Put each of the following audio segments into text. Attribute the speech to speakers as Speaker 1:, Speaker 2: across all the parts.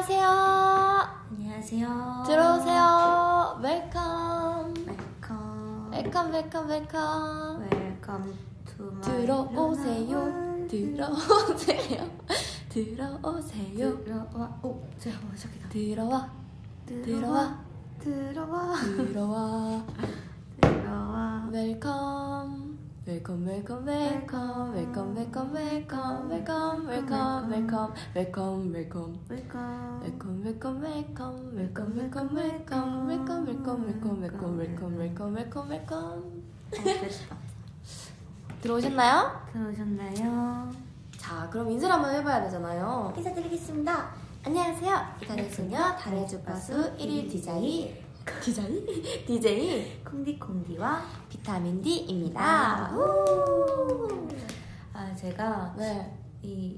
Speaker 1: 안녕하세요.
Speaker 2: 안녕하세요.
Speaker 1: 들어오세요. 웰컴.
Speaker 2: 웰컴.
Speaker 1: 웰컴, 웰컴, 웰컴.
Speaker 2: 웰컴 투 마이
Speaker 1: 들어오세요.
Speaker 2: 러너원.
Speaker 1: 들어오세요. 들어오세요.
Speaker 2: 들어와. 오, 제가 시작했다.
Speaker 1: 들어와, 들어와,
Speaker 2: 들어와.
Speaker 1: 들어와.
Speaker 2: 들어와.
Speaker 1: 웰컴. 웰컴 웰컴 웰컴 웰컴 웰컴 웰컴 웰컴 웰컴 웰컴 웰컴 웰컴
Speaker 2: 웰컴.
Speaker 1: 웰컴 웰컴 웰컴 웰컴 웰컴 웰컴 웰컴 웰컴 웰컴 웰컴 웰컴 웰컴 웰컴 웰컴
Speaker 2: 어땠어?
Speaker 1: 들어오셨나요?
Speaker 2: 들어오셨나요?
Speaker 1: 자 그럼 인사를 한번 해봐야 되잖아요
Speaker 2: 인사드리겠습니다.
Speaker 1: 안녕하세요 이달의 소녀 달의 주파수 1일 DJ DJ? DJ
Speaker 2: 콩디콩디와
Speaker 1: 비타민 D입니다 우!
Speaker 2: 아, 제가
Speaker 1: 네
Speaker 2: 이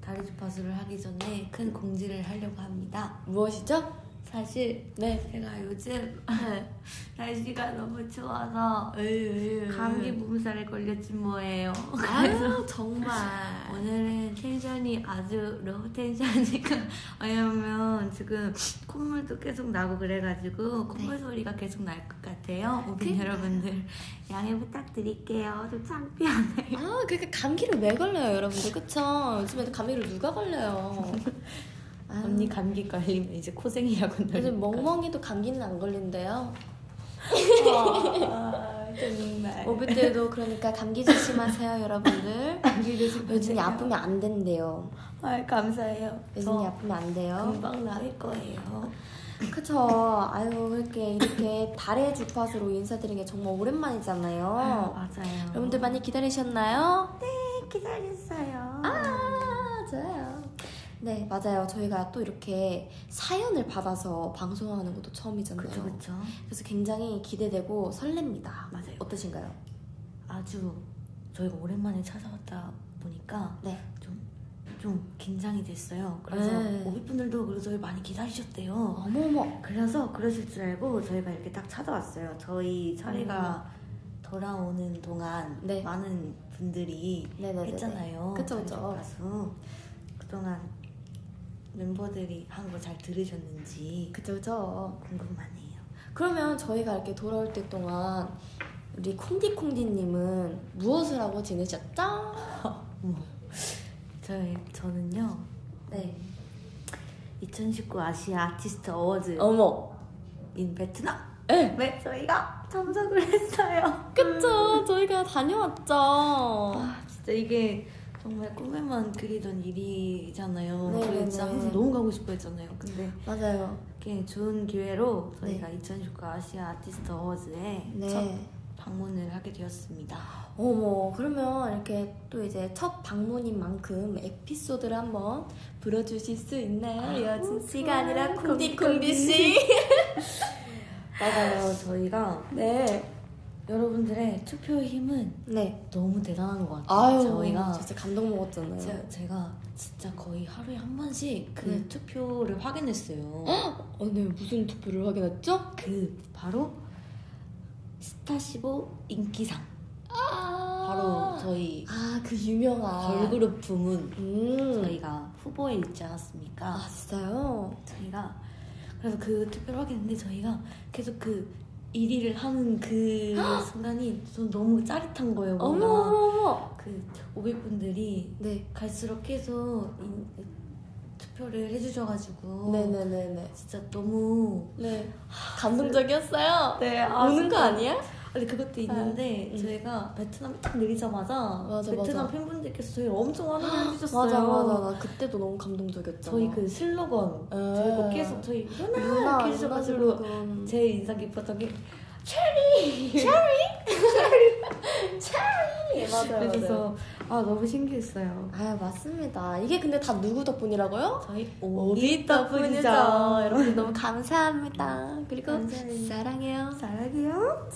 Speaker 2: 다리 주파수를 하기 전에 큰 공지를 하려고 합니다.
Speaker 1: 무엇이죠?
Speaker 2: 사실
Speaker 1: 네
Speaker 2: 제가 요즘 날씨가 너무 추워서 감기
Speaker 1: 감기 뭐-
Speaker 2: 몸살에 걸렸지 뭐예요.
Speaker 1: 아유 정말
Speaker 2: 오늘은 텐션이 아주 로우 텐션이니까 왜냐면 지금 콧물도 계속 나고 그래가지고 콧물 소리가 계속 날 것 같아요. 오빈
Speaker 1: 네. 그러니까요.
Speaker 2: 여러분들 양해 부탁드릴게요. 좀 창피하네요.
Speaker 1: 아, 그러니까 감기를 왜 걸려요, 여러분들? 그쵸? 요즘에도 감기를 누가 걸려요? 아유,
Speaker 2: 감기 걸리면 이제 코생이라고
Speaker 1: 요즘 멍멍이도 감기는 안 걸린대요.
Speaker 2: 정말
Speaker 1: 오브 때도 그러니까 감기 조심하세요, 여러분들.
Speaker 2: 감기 조심.
Speaker 1: 요즘이 아프면 안 된대요.
Speaker 2: 아 감사해요.
Speaker 1: 요즘이 어.
Speaker 2: 저
Speaker 1: 아프면 안 돼요.
Speaker 2: 어. 금방 나을 거예요.
Speaker 1: 그쵸? 아유, 이렇게 이렇게 달의 주파수로 인사드리는 게 정말
Speaker 2: 아,
Speaker 1: 오랜만이잖아요.
Speaker 2: 맞아요.
Speaker 1: 여러분들 많이 기다리셨나요?
Speaker 2: 네, 기다렸어요.
Speaker 1: 아, 좋아요. 네, 맞아요. 저희가 또 이렇게 사연을 받아서 방송하는 것도 처음이잖아요.
Speaker 2: 그쵸 그쵸.
Speaker 1: 그래서 굉장히 기대되고 설렙니다.
Speaker 2: 맞아요.
Speaker 1: 어떠신가요?
Speaker 2: 아주 저희가 오랜만에 찾아왔다 보니까
Speaker 1: 네.
Speaker 2: 좀. 좀 긴장이 됐어요. 그래서
Speaker 1: 네.
Speaker 2: 오비분들도 그래서 저희 많이 기다리셨대요.
Speaker 1: 어머머.
Speaker 2: 그래서 그러실 줄 알고 저희가 이렇게 딱 찾아왔어요. 저희 차례가 돌아오는 동안
Speaker 1: 음. 네.
Speaker 2: 많은 분들이
Speaker 1: 네네네.
Speaker 2: 했잖아요.
Speaker 1: 그쵸, 그쵸.
Speaker 2: 전직 가수 그동안 멤버들이 한 거 잘 들으셨는지
Speaker 1: 그쵸, 그쵸.
Speaker 2: 궁금하네요.
Speaker 1: 그러면 저희가 이렇게 돌아올 때 동안 우리 콩디콩디님은 무엇을 하고 지내셨죠?
Speaker 2: 저희 저는요.
Speaker 1: 네.
Speaker 2: 2019 아시아 아티스트 어워즈
Speaker 1: 어머.
Speaker 2: 인 베트남.
Speaker 1: 예.
Speaker 2: 네, 저희가 참석을 했어요.
Speaker 1: 그쵸. 저희가 다녀왔죠.
Speaker 2: 아, 진짜 이게 정말 꿈에만 그리던 일이잖아요.
Speaker 1: 네,
Speaker 2: 저희
Speaker 1: 네,
Speaker 2: 진짜
Speaker 1: 네.
Speaker 2: 항상 너무 가고 싶어 했잖아요. 근데
Speaker 1: 맞아요.
Speaker 2: 이렇게 좋은 기회로 저희가 2019 아시아 아티스트 어워즈에
Speaker 1: 네.
Speaker 2: 첫 방문을 하게 되었습니다.
Speaker 1: 어머. 그러면 이렇게 또 이제 첫 방문인 만큼 에피소드를 한번 불어주실 수 있나요? 여진 씨가 아니라 아, 콩디콩디 씨.
Speaker 2: 맞아요. 저희가
Speaker 1: 네.
Speaker 2: 여러분들의 투표의 힘은
Speaker 1: 네.
Speaker 2: 너무 대단한 것 같아요.
Speaker 1: 아유,
Speaker 2: 저희가
Speaker 1: 진짜 감동 먹었잖아요.
Speaker 2: 제, 제가 진짜 거의 하루에 한 번씩 그
Speaker 1: 네.
Speaker 2: 투표를 확인했어요.
Speaker 1: 어, 네, 무슨 투표를 확인했죠?
Speaker 2: 그 바로 스타 15 인기상. 바로
Speaker 1: 아,
Speaker 2: 저희
Speaker 1: 아, 그 유명한.
Speaker 2: 걸그룹 부문
Speaker 1: 음.
Speaker 2: 저희가 후보에 있지 않았습니까?
Speaker 1: 아, 진짜요?
Speaker 2: 저희가 그래서 그 투표를 하게 됐는데 저희가 계속 그 1위를 하는 그 순간이 전 너무 짜릿한 거예요.
Speaker 1: 어머,
Speaker 2: 뭔가
Speaker 1: 어머, 어머.
Speaker 2: 그 오비분들이
Speaker 1: 네.
Speaker 2: 갈수록 계속 인- 투표를 해주셔가지고
Speaker 1: 네네네네.
Speaker 2: 진짜 너무
Speaker 1: 어. 네. 감동적이었어요.
Speaker 2: 네
Speaker 1: 우는 거 아니야?
Speaker 2: 아니 그것도 있는데
Speaker 1: 음.
Speaker 2: 저희가 베트남에 딱 내리자마자
Speaker 1: 맞아.
Speaker 2: 베트남 팬분들께서 저희 엄청 환호해 주셨어요.
Speaker 1: 맞아, 맞아. 나 그때도 너무 감동적이었잖아. 어.
Speaker 2: 저희 그 슬로건
Speaker 1: 에.
Speaker 2: 저희가 계속 저희 누나
Speaker 1: 어. 아. 누나, 그
Speaker 2: 이렇게
Speaker 1: 누나
Speaker 2: 해주셔가지고
Speaker 1: 슬로건.
Speaker 2: 제일 인상 깊었던 게
Speaker 1: 네, 맞아요.
Speaker 2: 그래서 아 너무 신기했어요.
Speaker 1: 네. 아, 맞습니다. 이게 근데 다 누구 덕분이라고요?
Speaker 2: 저희
Speaker 1: 오비 덕분이죠. 여러분 너무 감사합니다. 그리고
Speaker 2: 감사해요.
Speaker 1: 사랑해요.
Speaker 2: 잘하게요.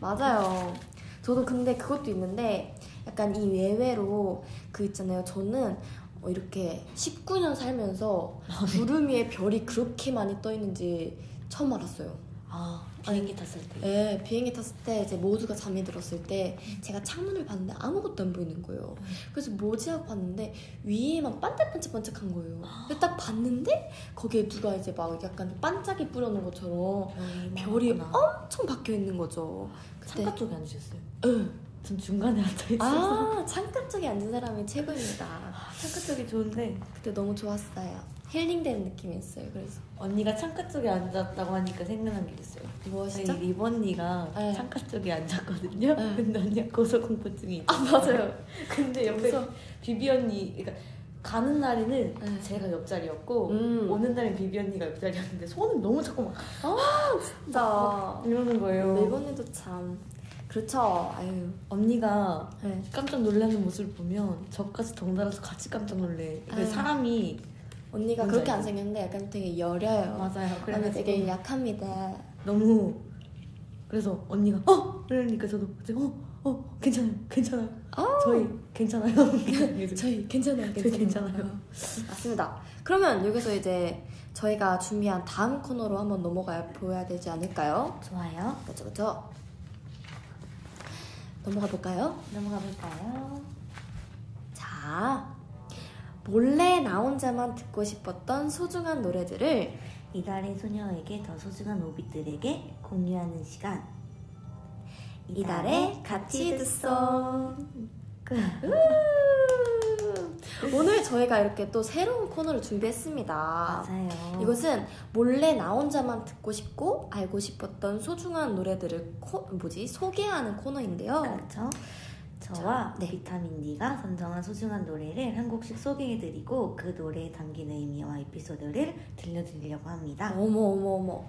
Speaker 1: 맞아요. 저도 근데 그것도 있는데 약간 이 외외로 그 있잖아요. 저는 어, 이렇게 19년 살면서 구름 위에 별이 그렇게 많이 떠 있는지 처음 알았어요.
Speaker 2: 아, 비행기 탔을 때.
Speaker 1: 예, 비행기 탔을 때 이제 모두가 잠이 들었을 때 제가 창문을 봤는데 아무것도 안 보이는 거예요. 그래서 뭐지 하고 봤는데 위에 막 반짝반짝반짝한 거예요. 근데 딱 봤는데 거기에 누가 이제 막 약간 반짝이 뿌려놓은 것처럼 별이 네.
Speaker 2: 어?
Speaker 1: 엄청 박혀 있는 거죠. 그때
Speaker 2: 창가 쪽에 앉으셨어요.
Speaker 1: 응.
Speaker 2: 전 중간에 앉아있어서.
Speaker 1: 아 창가 쪽에 앉은 사람이 최고입니다.
Speaker 3: 창가 쪽이 좋은데
Speaker 1: 그때 너무 좋았어요. 힐링되는 느낌이었어요. 그래서
Speaker 2: 언니가 창가 쪽에 앉았다고 하니까 생각난 게 있어요.
Speaker 1: 무엇이죠?
Speaker 2: 저희 리번니가
Speaker 1: 네.
Speaker 2: 창가 쪽에 앉았거든요.
Speaker 1: 네.
Speaker 2: 근데 언니가 고소공포증이 있
Speaker 1: 아 맞아요.
Speaker 2: 근데 네, 옆에
Speaker 1: 무서워.
Speaker 2: 비비 언니, 그러니까 가는 날에는
Speaker 1: 네.
Speaker 2: 제가 옆자리였고
Speaker 1: 음.
Speaker 2: 오는 날엔 비비 언니가 옆자리였는데 손을 너무 자꾸 막
Speaker 1: 진짜
Speaker 2: 네, 이러는 거예요.
Speaker 1: 매번에도 참 그렇죠. 아유.
Speaker 2: 언니가
Speaker 1: 네.
Speaker 2: 깜짝 놀라는 모습을 보면 저까지 덩달아서 같이 깜짝 놀래. 그
Speaker 1: 아.
Speaker 2: 사람이
Speaker 1: 언니가
Speaker 2: 뭔지
Speaker 1: 그렇게 안
Speaker 2: 알죠?
Speaker 1: 생겼는데 약간 되게 여려요.
Speaker 2: 맞아요.
Speaker 1: 언니
Speaker 2: 그래서
Speaker 1: 되게 약합니다.
Speaker 2: 너무 그래서 언니가 어 그러니까 저도 갑자기 어어 괜찮아요 괜찮아요
Speaker 1: 어.
Speaker 2: 저희 괜찮아요
Speaker 1: 저희 괜찮아요.
Speaker 2: 저희 괜찮아요.
Speaker 1: 맞습니다. 그러면 여기서 이제 저희가 준비한 다음 코너로 한번 넘어가 보야 되지 않을까요?
Speaker 2: 좋아요
Speaker 1: 그렇죠, 그렇죠. 넘어가 볼까요?
Speaker 2: 넘어가 볼까요
Speaker 1: 자, 몰래 나 혼자만 듣고 싶었던 소중한 노래들을
Speaker 3: 이달의 소녀에게 더 소중한 오빛들에게 공유하는 시간
Speaker 1: 이달에 같이 듣소.
Speaker 3: 끝.
Speaker 1: 우! 오늘 저희가 이렇게 또 새로운 코너를 준비했습니다.
Speaker 3: 맞아요
Speaker 1: 이것은 몰래 나 혼자만 듣고 싶고 알고 싶었던 소중한 노래들을 코, 뭐지 소개하는 코너인데요.
Speaker 3: 그렇죠 저와
Speaker 1: 자, 네.
Speaker 3: 비타민 D가 선정한 소중한 노래를 한 곡씩 소개해드리고 그 노래에 담긴 의미와 에피소드를 들려드리려고 합니다
Speaker 1: 어머 어머 어머.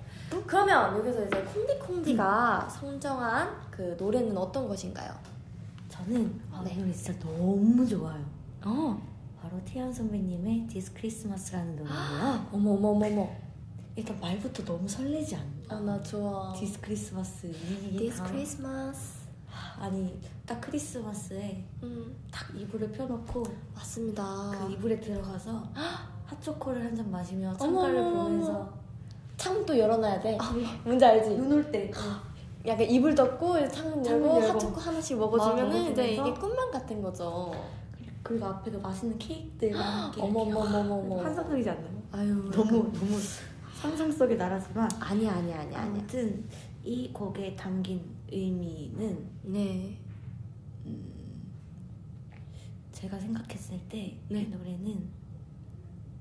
Speaker 1: 그러면 여기서 이제 콩디 콩디가 선정한 그 노래는 어떤 것인가요?
Speaker 2: 저는 아,
Speaker 1: 네.
Speaker 2: 이 노래 진짜 너무 좋아요
Speaker 1: 어.
Speaker 2: 바로 태연 선배님의 This Christmas라는 노래인데요
Speaker 1: 어머 어머 어머 어머.
Speaker 2: 일단 말부터 너무 설레지 않나
Speaker 1: 아나 좋아.
Speaker 2: This Christmas 이
Speaker 1: This
Speaker 2: 다-
Speaker 1: Christmas.
Speaker 2: 아니 딱 크리스마스에
Speaker 1: 음
Speaker 2: 딱 이불을 펴놓고
Speaker 1: 맞습니다.
Speaker 2: 그 이불에 들어가서 핫초코를 한 잔 마시며
Speaker 1: 어머,
Speaker 2: 창가를
Speaker 1: 어머,
Speaker 2: 보면서
Speaker 1: 창문도 열어놔야 돼.
Speaker 2: 아.
Speaker 1: 뭔지 알지?
Speaker 2: 눈 올 때
Speaker 1: 아. 약간 이불 덮고 창문
Speaker 2: 창문
Speaker 1: 열고
Speaker 2: 열고.
Speaker 1: 핫초코 하나씩 먹어주면은 이제
Speaker 2: 먹어주면서.
Speaker 1: 이게 꿈만 같은 거죠.
Speaker 2: 그리고 앞에 그 맛있는 케이크들과 함께
Speaker 1: 어머
Speaker 2: 이렇게
Speaker 1: 어머 어머 어머.
Speaker 3: 환상적이지 않나요?
Speaker 1: 아유
Speaker 2: 너무 너무
Speaker 3: 상상 속의 나라지만
Speaker 1: 아니야 아니야 아니야 아니야
Speaker 2: 음. 네, 아무튼 이 곡에 담긴 의미는
Speaker 1: 네
Speaker 2: 제가 생각했을 때 이
Speaker 1: 네.
Speaker 2: 노래는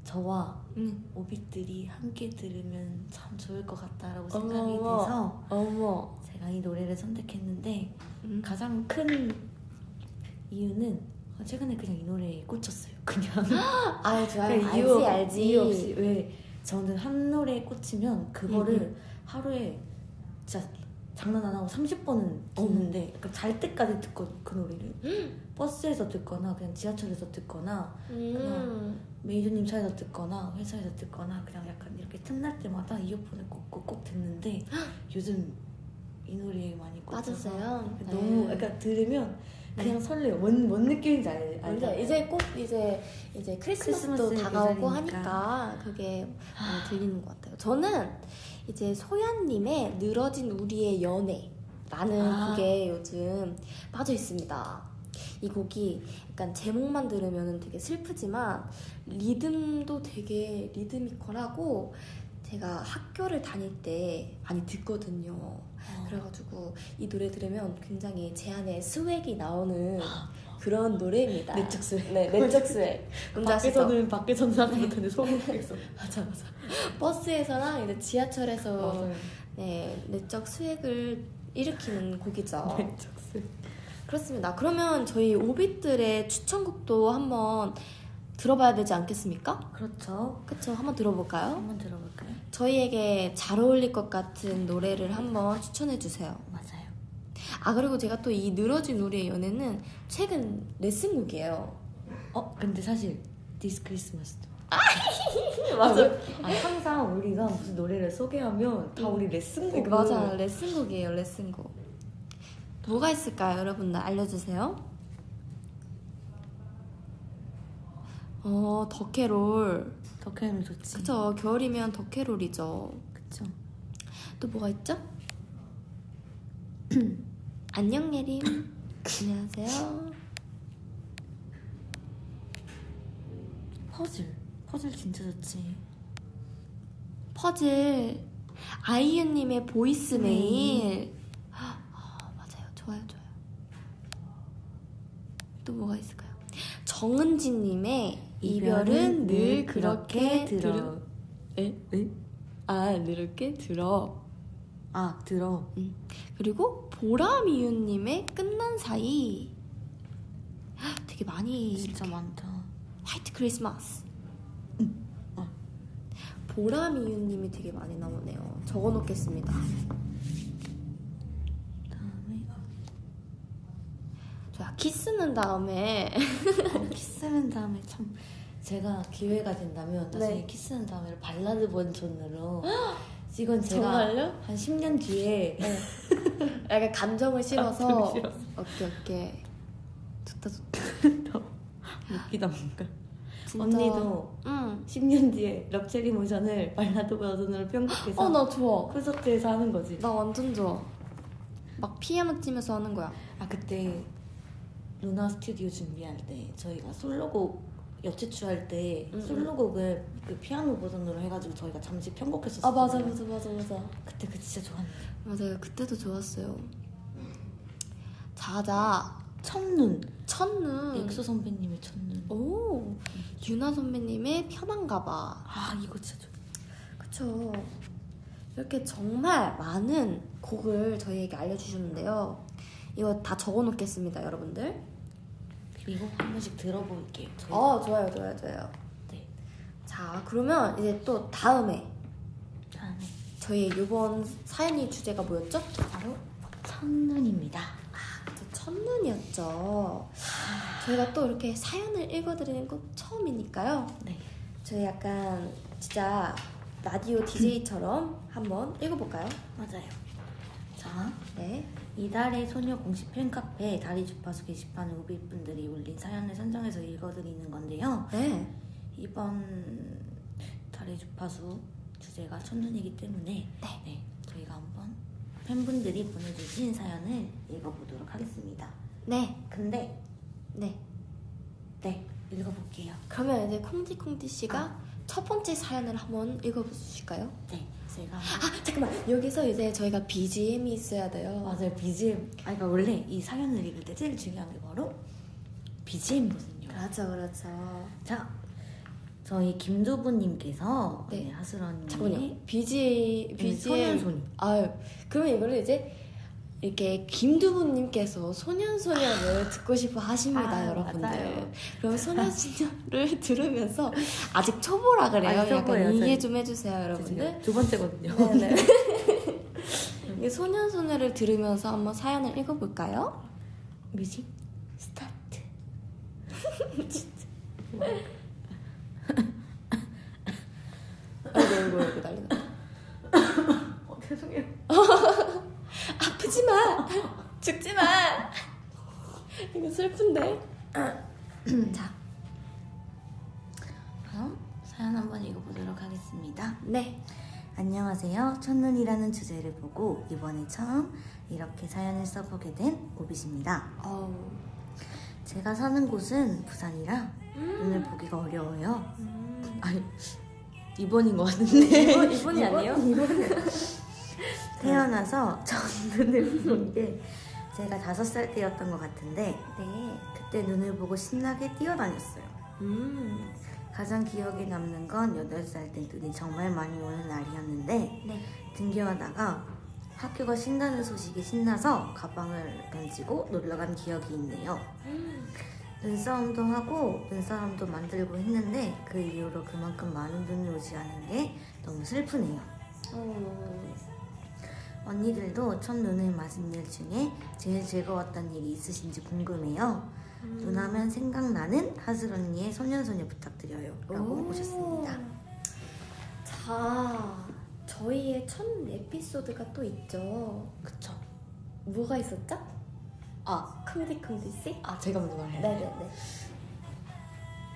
Speaker 2: 저와
Speaker 1: 응.
Speaker 2: 오빛들이 함께 들으면 참 좋을 것 같다라고
Speaker 1: 어머,
Speaker 2: 생각이
Speaker 1: 어머.
Speaker 2: 돼서
Speaker 1: 어머
Speaker 2: 제가 이 노래를 선택했는데
Speaker 1: 음.
Speaker 2: 가장 큰 이유는 아, 최근에 그냥 이 노래에 꽂혔어요. 그냥
Speaker 1: 아, 알지
Speaker 2: 그냥
Speaker 1: 알지
Speaker 2: 이유 없-
Speaker 1: 알지
Speaker 2: 이유 없이 왜 저는 한 노래에 꽂히면 그거를
Speaker 1: 음,
Speaker 2: 하루에 진짜 장난 안 하고 30번은 듣는데
Speaker 1: 음.
Speaker 2: 약간 잘 때까지 듣고 그 노래를 버스에서 듣거나 그냥 지하철에서 듣거나
Speaker 1: 음.
Speaker 2: 메이저님 차에서 듣거나 회사에서 듣거나 그냥 약간 이렇게 틈날 때마다 이어폰을 꽂고 꼭 듣는데 요즘 이 노래에 많이 꽂혀서
Speaker 1: 빠졌어요
Speaker 2: 그 너무
Speaker 1: 네.
Speaker 2: 약간 들으면 그냥 설레요. 뭔, 뭔 느낌인지 알,
Speaker 1: 근데
Speaker 2: 알죠?
Speaker 1: 이제 꼭 이제 이제 크리스마스도
Speaker 2: 크리스마스
Speaker 1: 다가오고
Speaker 2: 계절이니까.
Speaker 1: 하니까 그게 많이 들리는 것 같아요 저는 이제 소연님의 늘어진 우리의 연애 라는
Speaker 2: 아.
Speaker 1: 곡에 요즘 빠져 있습니다 이 곡이 약간 제목만 들으면 되게 슬프지만 리듬도 되게 리드미컬하고 제가 학교를 다닐 때 많이 듣거든요.
Speaker 2: 어.
Speaker 1: 그래가지고 이 노래 들으면 굉장히 제 안에 스웩이 나오는 그런 노래입니다.
Speaker 2: 내적 스웩.
Speaker 1: 아, 네, 내적 스웩. 뭔지 아시죠?
Speaker 2: 밖에서는 밖에서는 하지 못하는데 속에서
Speaker 1: 네. 맞아, 맞아. 버스에서랑 이제
Speaker 2: 어,
Speaker 1: 지하철에서
Speaker 2: 맞아요.
Speaker 1: 네, 내적 스웩을 일으키는 곡이죠.
Speaker 2: 내적 스
Speaker 1: 그렇습니다. 그러면 저희 오빛들의 추천곡도 한번 들어봐야 되지 않겠습니까?
Speaker 2: 그렇죠.
Speaker 1: 그쵸, 한번 들어볼까요?
Speaker 2: 한번 들어볼까요?
Speaker 1: 저희에게 잘 어울릴 것 같은 노래를 한번 추천해주세요.
Speaker 2: 맞아요.
Speaker 1: 아 그리고 제가 또 이 늘어진 우리의 연애는 최근 레슨곡이에요.
Speaker 2: 어 근데 사실 디스 크리스마스도
Speaker 1: 아, 맞아.
Speaker 2: 아, 항상 우리가 무슨 노래를 소개하면 다 우리 레슨곡을
Speaker 1: 음. 어, 맞아 레슨곡이에요 레슨곡. 뭐가 있을까요 여러분들 알려주세요. 어 더캐롤
Speaker 2: 덕혜는 좋지.
Speaker 1: 그쵸 겨울이면 더캐롤이죠.
Speaker 2: 그쵸.
Speaker 1: 또 뭐가 있죠? 안녕 예림 안녕하세요
Speaker 2: 퍼즐. 퍼즐 진짜 좋지.
Speaker 1: 퍼즐 아이유님의 보이스메일
Speaker 2: 메일.
Speaker 1: 아, 맞아요 좋아요 좋아요 또 뭐가 있을까요? 정은지님의 이별은 늘 그렇게 들어 에?
Speaker 2: 에?
Speaker 1: 아 늘게 들어
Speaker 2: 아 들어.
Speaker 1: 그리고 보라미유님의 끝난 사이 헉, 되게 많이
Speaker 2: 진짜 많다.
Speaker 1: 화이트 크리스마스. 음.
Speaker 2: 어.
Speaker 1: 보라미유님이 되게 많이 나오네요. 적어놓겠습니다.
Speaker 2: 다음에 아,
Speaker 1: 좋아 키스는 다음에
Speaker 2: 어, 키스는 다음에 참 제가 기회가 된다면 나중에
Speaker 1: 네.
Speaker 2: 키스는 다음에 발라드 버전으로 이건 제가 한 10년 뒤에
Speaker 1: 약간 감정을 실어서
Speaker 2: 감정을 실어서.
Speaker 1: 오케이 오케이 좋다 좋다.
Speaker 2: 웃기다 뭔가
Speaker 1: 진짜.
Speaker 2: 언니도
Speaker 1: 응.
Speaker 2: 10년 뒤에 럭체리 모션을 발라드 버전으로 편곡해서
Speaker 1: 어나 좋아.
Speaker 2: 콘서트에서 하는 거지
Speaker 1: 나 완전 좋아. 막 피아노 치면서 하는 거야.
Speaker 2: 아 그때 루나 스튜디오 준비할 때 저희가 솔로곡 여체추할 때
Speaker 1: 음, 음.
Speaker 2: 솔로곡을 그 피아노 버전으로 해가지고 저희가 잠시 편곡했었어요
Speaker 1: 맞아 맞아.
Speaker 2: 그때 그 진짜 좋았는데
Speaker 1: 맞아요 그때도 좋았어요. 자자
Speaker 2: 첫눈
Speaker 1: 첫눈.
Speaker 2: 엑소 선배님의 첫눈
Speaker 1: 오 유나 선배님의 편한가봐.
Speaker 2: 아 이거 진짜 좋
Speaker 1: 그쵸. 이렇게 정말 많은 곡을 저희에게 알려주셨는데요. 이거 다 적어 놓겠습니다, 여러분들.
Speaker 2: 그리고 한 번씩 들어볼게요. 저희
Speaker 1: 어, 좋아요, 좋아요, 좋아요.
Speaker 2: 네.
Speaker 1: 자, 그러면 이제 또 다음에
Speaker 2: 다음에
Speaker 1: 저희 이번 사연이 주제가 뭐였죠?
Speaker 2: 바로 첫눈입니다.
Speaker 1: 저 첫눈이었죠. 저희가 또 이렇게 사연을 읽어드리는 건 처음이니까요.
Speaker 2: 네.
Speaker 1: 저희 약간 진짜 라디오 DJ처럼 한번 읽어볼까요?
Speaker 2: 맞아요. 자,
Speaker 1: 네.
Speaker 2: 이달의 소녀 공식 팬카페 다리 주파수 게시판에 오빛분들이 올린 사연을 선정해서 읽어드리는 건데요.
Speaker 1: 네.
Speaker 2: 이번 다리 주파수 주제가 첫눈이기 때문에 네. 저희가 한번 팬분들이 보내주신 사연을 읽어보도록 하겠습니다.
Speaker 1: 네.
Speaker 2: 근데
Speaker 1: 네.
Speaker 2: 네 읽어볼게요.
Speaker 1: 그러면 이제 콩디콩디 씨가
Speaker 2: 아.
Speaker 1: 첫 번째 사연을 한번 읽어보실까요?
Speaker 2: 네 제가 한번
Speaker 1: 아 잠깐만 여기서 이제 저희가 BGM이 있어야 돼요.
Speaker 2: 맞아요 BGM. 아 그러니까 원래 이 사연을 읽을 때 제일 중요한 게 바로 BGM거든요.
Speaker 1: 그렇죠 그렇죠.
Speaker 2: 자 저희 김두부님께서
Speaker 1: 네.
Speaker 2: 네. 하수런님 네,
Speaker 1: 잠깐만요. BG BGM.
Speaker 2: 소년소녀
Speaker 1: 아유 그러면 이거를 이제 이렇게 김두부님께서 소년소녀를 듣고 싶어 하십니다
Speaker 2: 아,
Speaker 1: 여러분들.
Speaker 2: 맞아요. 네.
Speaker 1: 그럼 소년소녀를 들으면서 아직 초보라 그래요.
Speaker 2: 아직 초보예요,
Speaker 1: 약간 이해
Speaker 2: 저희.
Speaker 1: 좀 해주세요
Speaker 2: 네,
Speaker 1: 여러분들.
Speaker 2: 두 번째거든요.
Speaker 1: 네네. 이게 소년소녀를 들으면서 한번 사연을 읽어볼까요?
Speaker 2: 뮤직 스타트.
Speaker 1: 아이고 아이고 아이고 난리 났다
Speaker 2: 어, 죄송해요.
Speaker 1: 아프지 마 죽지 마 이거 슬픈데 자
Speaker 2: 그럼 사연 한번 읽어보도록 하겠습니다.
Speaker 1: 네.
Speaker 2: 안녕하세요. 첫눈이라는 주제를 보고 이번에 처음 이렇게 사연을 써보게 된 오빛입니다.
Speaker 1: 어우.
Speaker 2: 제가 사는 곳은 부산이라 눈을
Speaker 1: 음.
Speaker 2: 보기가 어려워요. 아니 이번인 것 같은데
Speaker 1: 이번- 이번이 아니에요?
Speaker 2: 이번. 태어나서 처음 눈을 본 게 제가 다섯 살 때였던 것 같은데
Speaker 1: 네.
Speaker 2: 그때 눈을 보고 신나게 뛰어다녔어요.
Speaker 1: 음.
Speaker 2: 가장 기억에 남는 건 여덟 살 때 눈이 정말 많이 오는 날이었는데
Speaker 1: 네.
Speaker 2: 등교하다가 학교가 쉰다는 소식에 신나서 가방을 던지고 놀러간 기억이 있네요.
Speaker 1: 음.
Speaker 2: 눈싸움도 하고 눈사람도 만들고 했는데 그 이후로 그만큼 많은 눈이 오지 않은 게 너무 슬프네요.
Speaker 1: 어.
Speaker 2: 언니들도 첫 눈을 맞은 일 중에 제일 즐거웠던 일이 있으신지 궁금해요. 눈하면 생각나는 하슬 언니의 소년소녀 부탁드려요. 라고
Speaker 1: 오.
Speaker 2: 보셨습니다.
Speaker 1: 자, 저희의 첫 에피소드가 또 있죠.
Speaker 2: 그쵸.
Speaker 1: 뭐가 있었죠?
Speaker 2: 아,
Speaker 1: 큼디큼디 씨?
Speaker 2: 아 제가 먼저 말해요.
Speaker 1: 네네네.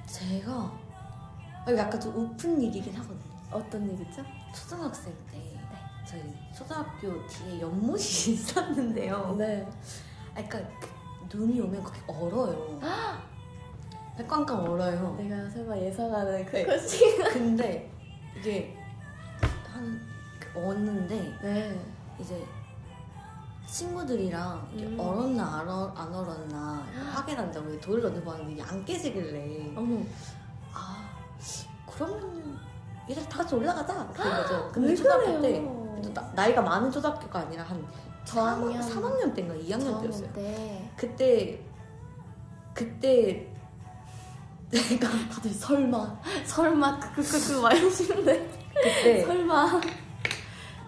Speaker 2: 제가 아, 이거 약간 좀 웃픈 일이긴 하거든요.
Speaker 1: 어떤 얘기죠?
Speaker 2: 초등학생 때 저희 초등학교 뒤에 연못이 있었는데요.
Speaker 1: 네.
Speaker 2: 아, 그러니까 그 눈이 오면 거기 얼어요. 백광강 얼어요.
Speaker 1: 내가 설마 예상하는 그
Speaker 2: 네.
Speaker 1: 코칭.
Speaker 2: 근데 이게 한그 얼는데
Speaker 1: 네.
Speaker 2: 이제 친구들이랑 이게
Speaker 1: 음.
Speaker 2: 얼었나 안, 얼, 안 얼었나 이렇게 확인한다고 이제 돌을 넣는 봤는데 이게 안 깨지길래
Speaker 1: 어머.
Speaker 2: 아 그러면 얘랑 다 같이 올라가자 그런 거죠.
Speaker 1: 왜
Speaker 2: 근데 초등학교 때
Speaker 1: 그래요?
Speaker 2: 또 나, 나이가 많은 초등학교가 아니라 한
Speaker 1: 저학년.
Speaker 2: 3, 학년 때인가 2학년
Speaker 1: 저학년
Speaker 2: 때였어요.
Speaker 1: 때
Speaker 2: 그때 그때 내가
Speaker 1: 다들 설마 설마 그, 크크크크 막 이러시는데
Speaker 2: 그때
Speaker 1: 설마.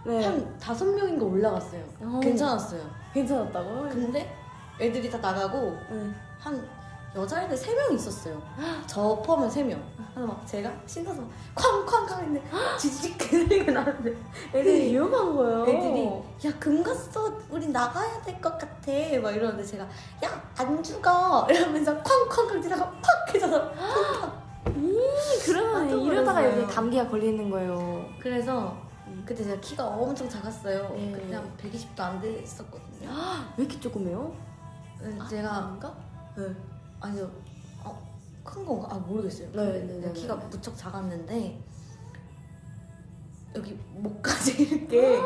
Speaker 1: 네.
Speaker 2: 한 다섯 명인가 올라갔어요.
Speaker 1: 어. 그
Speaker 2: 괜찮았어요.
Speaker 1: 괜찮았다고?
Speaker 2: 근데 애들이 다 나가고
Speaker 1: 네.
Speaker 2: 한 여자애들 세 명 있었어요. 저 포함한 세 명. 그래서 막 제가 신나서 쾅쾅쾅 했는데 지직 그리고 나는데
Speaker 1: 되게
Speaker 2: 애들이
Speaker 1: 위험한 거예요.
Speaker 2: 애들이
Speaker 1: 어.
Speaker 2: 야금 갔어 우리 나가야 될 것 같아 막 이러는데 제가 야 안 죽어 이러면서 쾅쾅쾅 뛰다가 팍 해져서
Speaker 1: 음, 그러면
Speaker 2: 깜짝
Speaker 1: 이러다가
Speaker 2: 놀랐어요.
Speaker 1: 여기 감기가 걸리는 거예요.
Speaker 2: 그래서 그때 제가 키가 엄청 작았어요
Speaker 1: 네.
Speaker 2: 그때 한 120도 안 됐었거든요
Speaker 1: 왜 이렇게 조그매요?
Speaker 2: 그래서
Speaker 1: 아,
Speaker 2: 제가
Speaker 1: 아닌가?
Speaker 2: 아니요 어, 큰 건가? 아 모르겠어요
Speaker 1: 네,
Speaker 2: 근데
Speaker 1: 네, 네,
Speaker 2: 키가
Speaker 1: 네.
Speaker 2: 무척 작았는데 여기 목까지 이렇게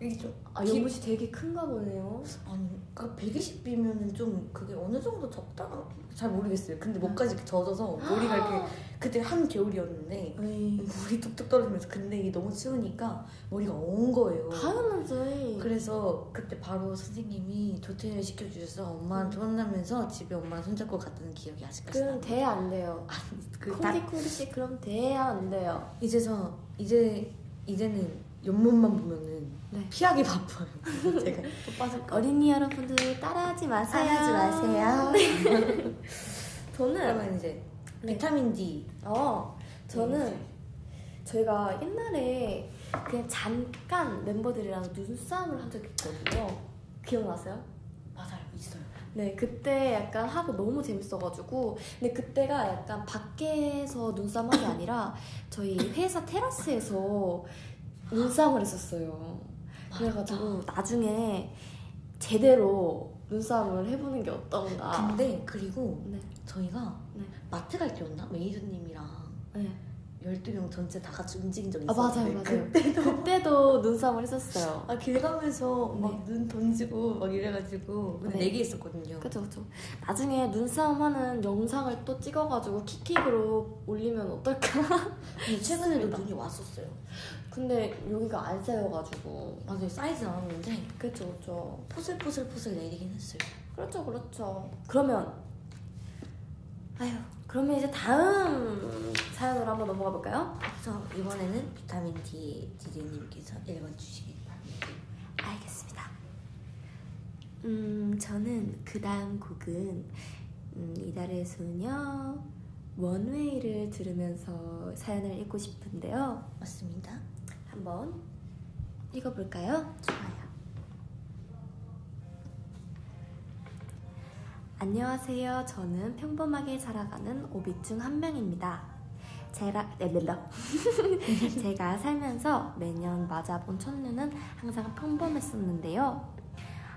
Speaker 2: 이게 좀
Speaker 1: 아,
Speaker 2: 기-
Speaker 1: 연못이 되게 큰가 보네요.
Speaker 2: 아니, 그러니까 120이면은 좀 그게 어느 정도 적당한 잘 모르겠어요. 근데 목까지 이렇게 젖어서 머리가
Speaker 1: 아!
Speaker 2: 이렇게 그때 한 겨울이었는데
Speaker 1: 에이,
Speaker 2: 물이 뚝뚝 떨어지면서 근데 이게 너무 추우니까 머리가 온 거예요.
Speaker 1: 당연하지.
Speaker 2: 그래서 그때 바로 선생님이 조퇴를 시켜주셔서 엄마한테 혼나면서 집에 엄마랑 손잡고 갔다는 기억이 아직까지
Speaker 1: 그럼
Speaker 2: 나요.
Speaker 1: 돼야 안 돼요.
Speaker 2: 그 다-
Speaker 1: 콩디콩디 씨 그럼 돼야 안 돼요.
Speaker 2: 이제서 이제 이제는 연못만 보면은
Speaker 1: 네.
Speaker 2: 피하기 바빠요. 제가
Speaker 1: 어린이 여러분들 따라하지 마세요.
Speaker 2: 하지 마세요.
Speaker 1: 저는
Speaker 2: 그러면 이제
Speaker 1: 네.
Speaker 2: 비타민 D 네,
Speaker 1: 어 저는 저희가 옛날에 그냥 잠깐 멤버들이랑 눈싸움을 한 적이 있거든요. 기억나세요?
Speaker 2: 맞아요 있어요.
Speaker 1: 네, 그때 약간 하고 너무 재밌어가지고. 근데 그때가 약간 밖에서 눈싸움이 아니라 저희 회사 테라스에서 눈싸움을 했었어요.
Speaker 2: 아.
Speaker 1: 그래가지고 나중에 제대로 눈싸움을 해보는 게 어떤가.
Speaker 2: 근데 그리고
Speaker 1: 네.
Speaker 2: 저희가
Speaker 1: 네.
Speaker 2: 마트 갈 때였나 메이저님이랑
Speaker 1: 네.
Speaker 2: 12명 전체 다 같이 움직인 적이
Speaker 1: 아, 맞아요,
Speaker 2: 있었는데
Speaker 1: 맞아요.
Speaker 2: 네, 그때
Speaker 1: 그때도 눈싸움을 했었어요.
Speaker 2: 아, 길 가면서
Speaker 1: 네.
Speaker 2: 막 눈 던지고 막 이래가지고 근데
Speaker 1: 네.
Speaker 2: 네. 4개 있었거든요
Speaker 1: 그쵸, 그쵸. 나중에 눈싸움 하는 영상을 또 찍어가지고 킥킥으로 올리면 어떨까?
Speaker 2: 근데 최근에도
Speaker 1: 맞습니다.
Speaker 2: 눈이 왔었어요
Speaker 1: 근데 여기가 안 쌓여가지고.
Speaker 2: 맞아요 사이즈 나왔는데
Speaker 1: 그쵸, 그쵸.
Speaker 2: 포슬포슬포슬 내리긴 했어요
Speaker 1: 그렇죠, 그렇죠. 그러면 아휴, 그러면 이제 다음 사연으로 한번 넘어가 볼까요?
Speaker 2: 그래서 이번에는 비타민 D DJ님께서 읽어주시길 바랍니다
Speaker 1: 알겠습니다. 음, 저는 그 다음 곡은 음, 이달의 소녀 원웨이를 들으면서 사연을 읽고 싶은데요.
Speaker 2: 맞습니다
Speaker 1: 한번 읽어볼까요?
Speaker 2: 좋아요
Speaker 1: 안녕하세요. 저는 평범하게 살아가는 오빛 중 한 명입니다. 제라, 렐렐라. 제가 살면서 매년 맞아본 첫눈은 항상 평범했었는데요.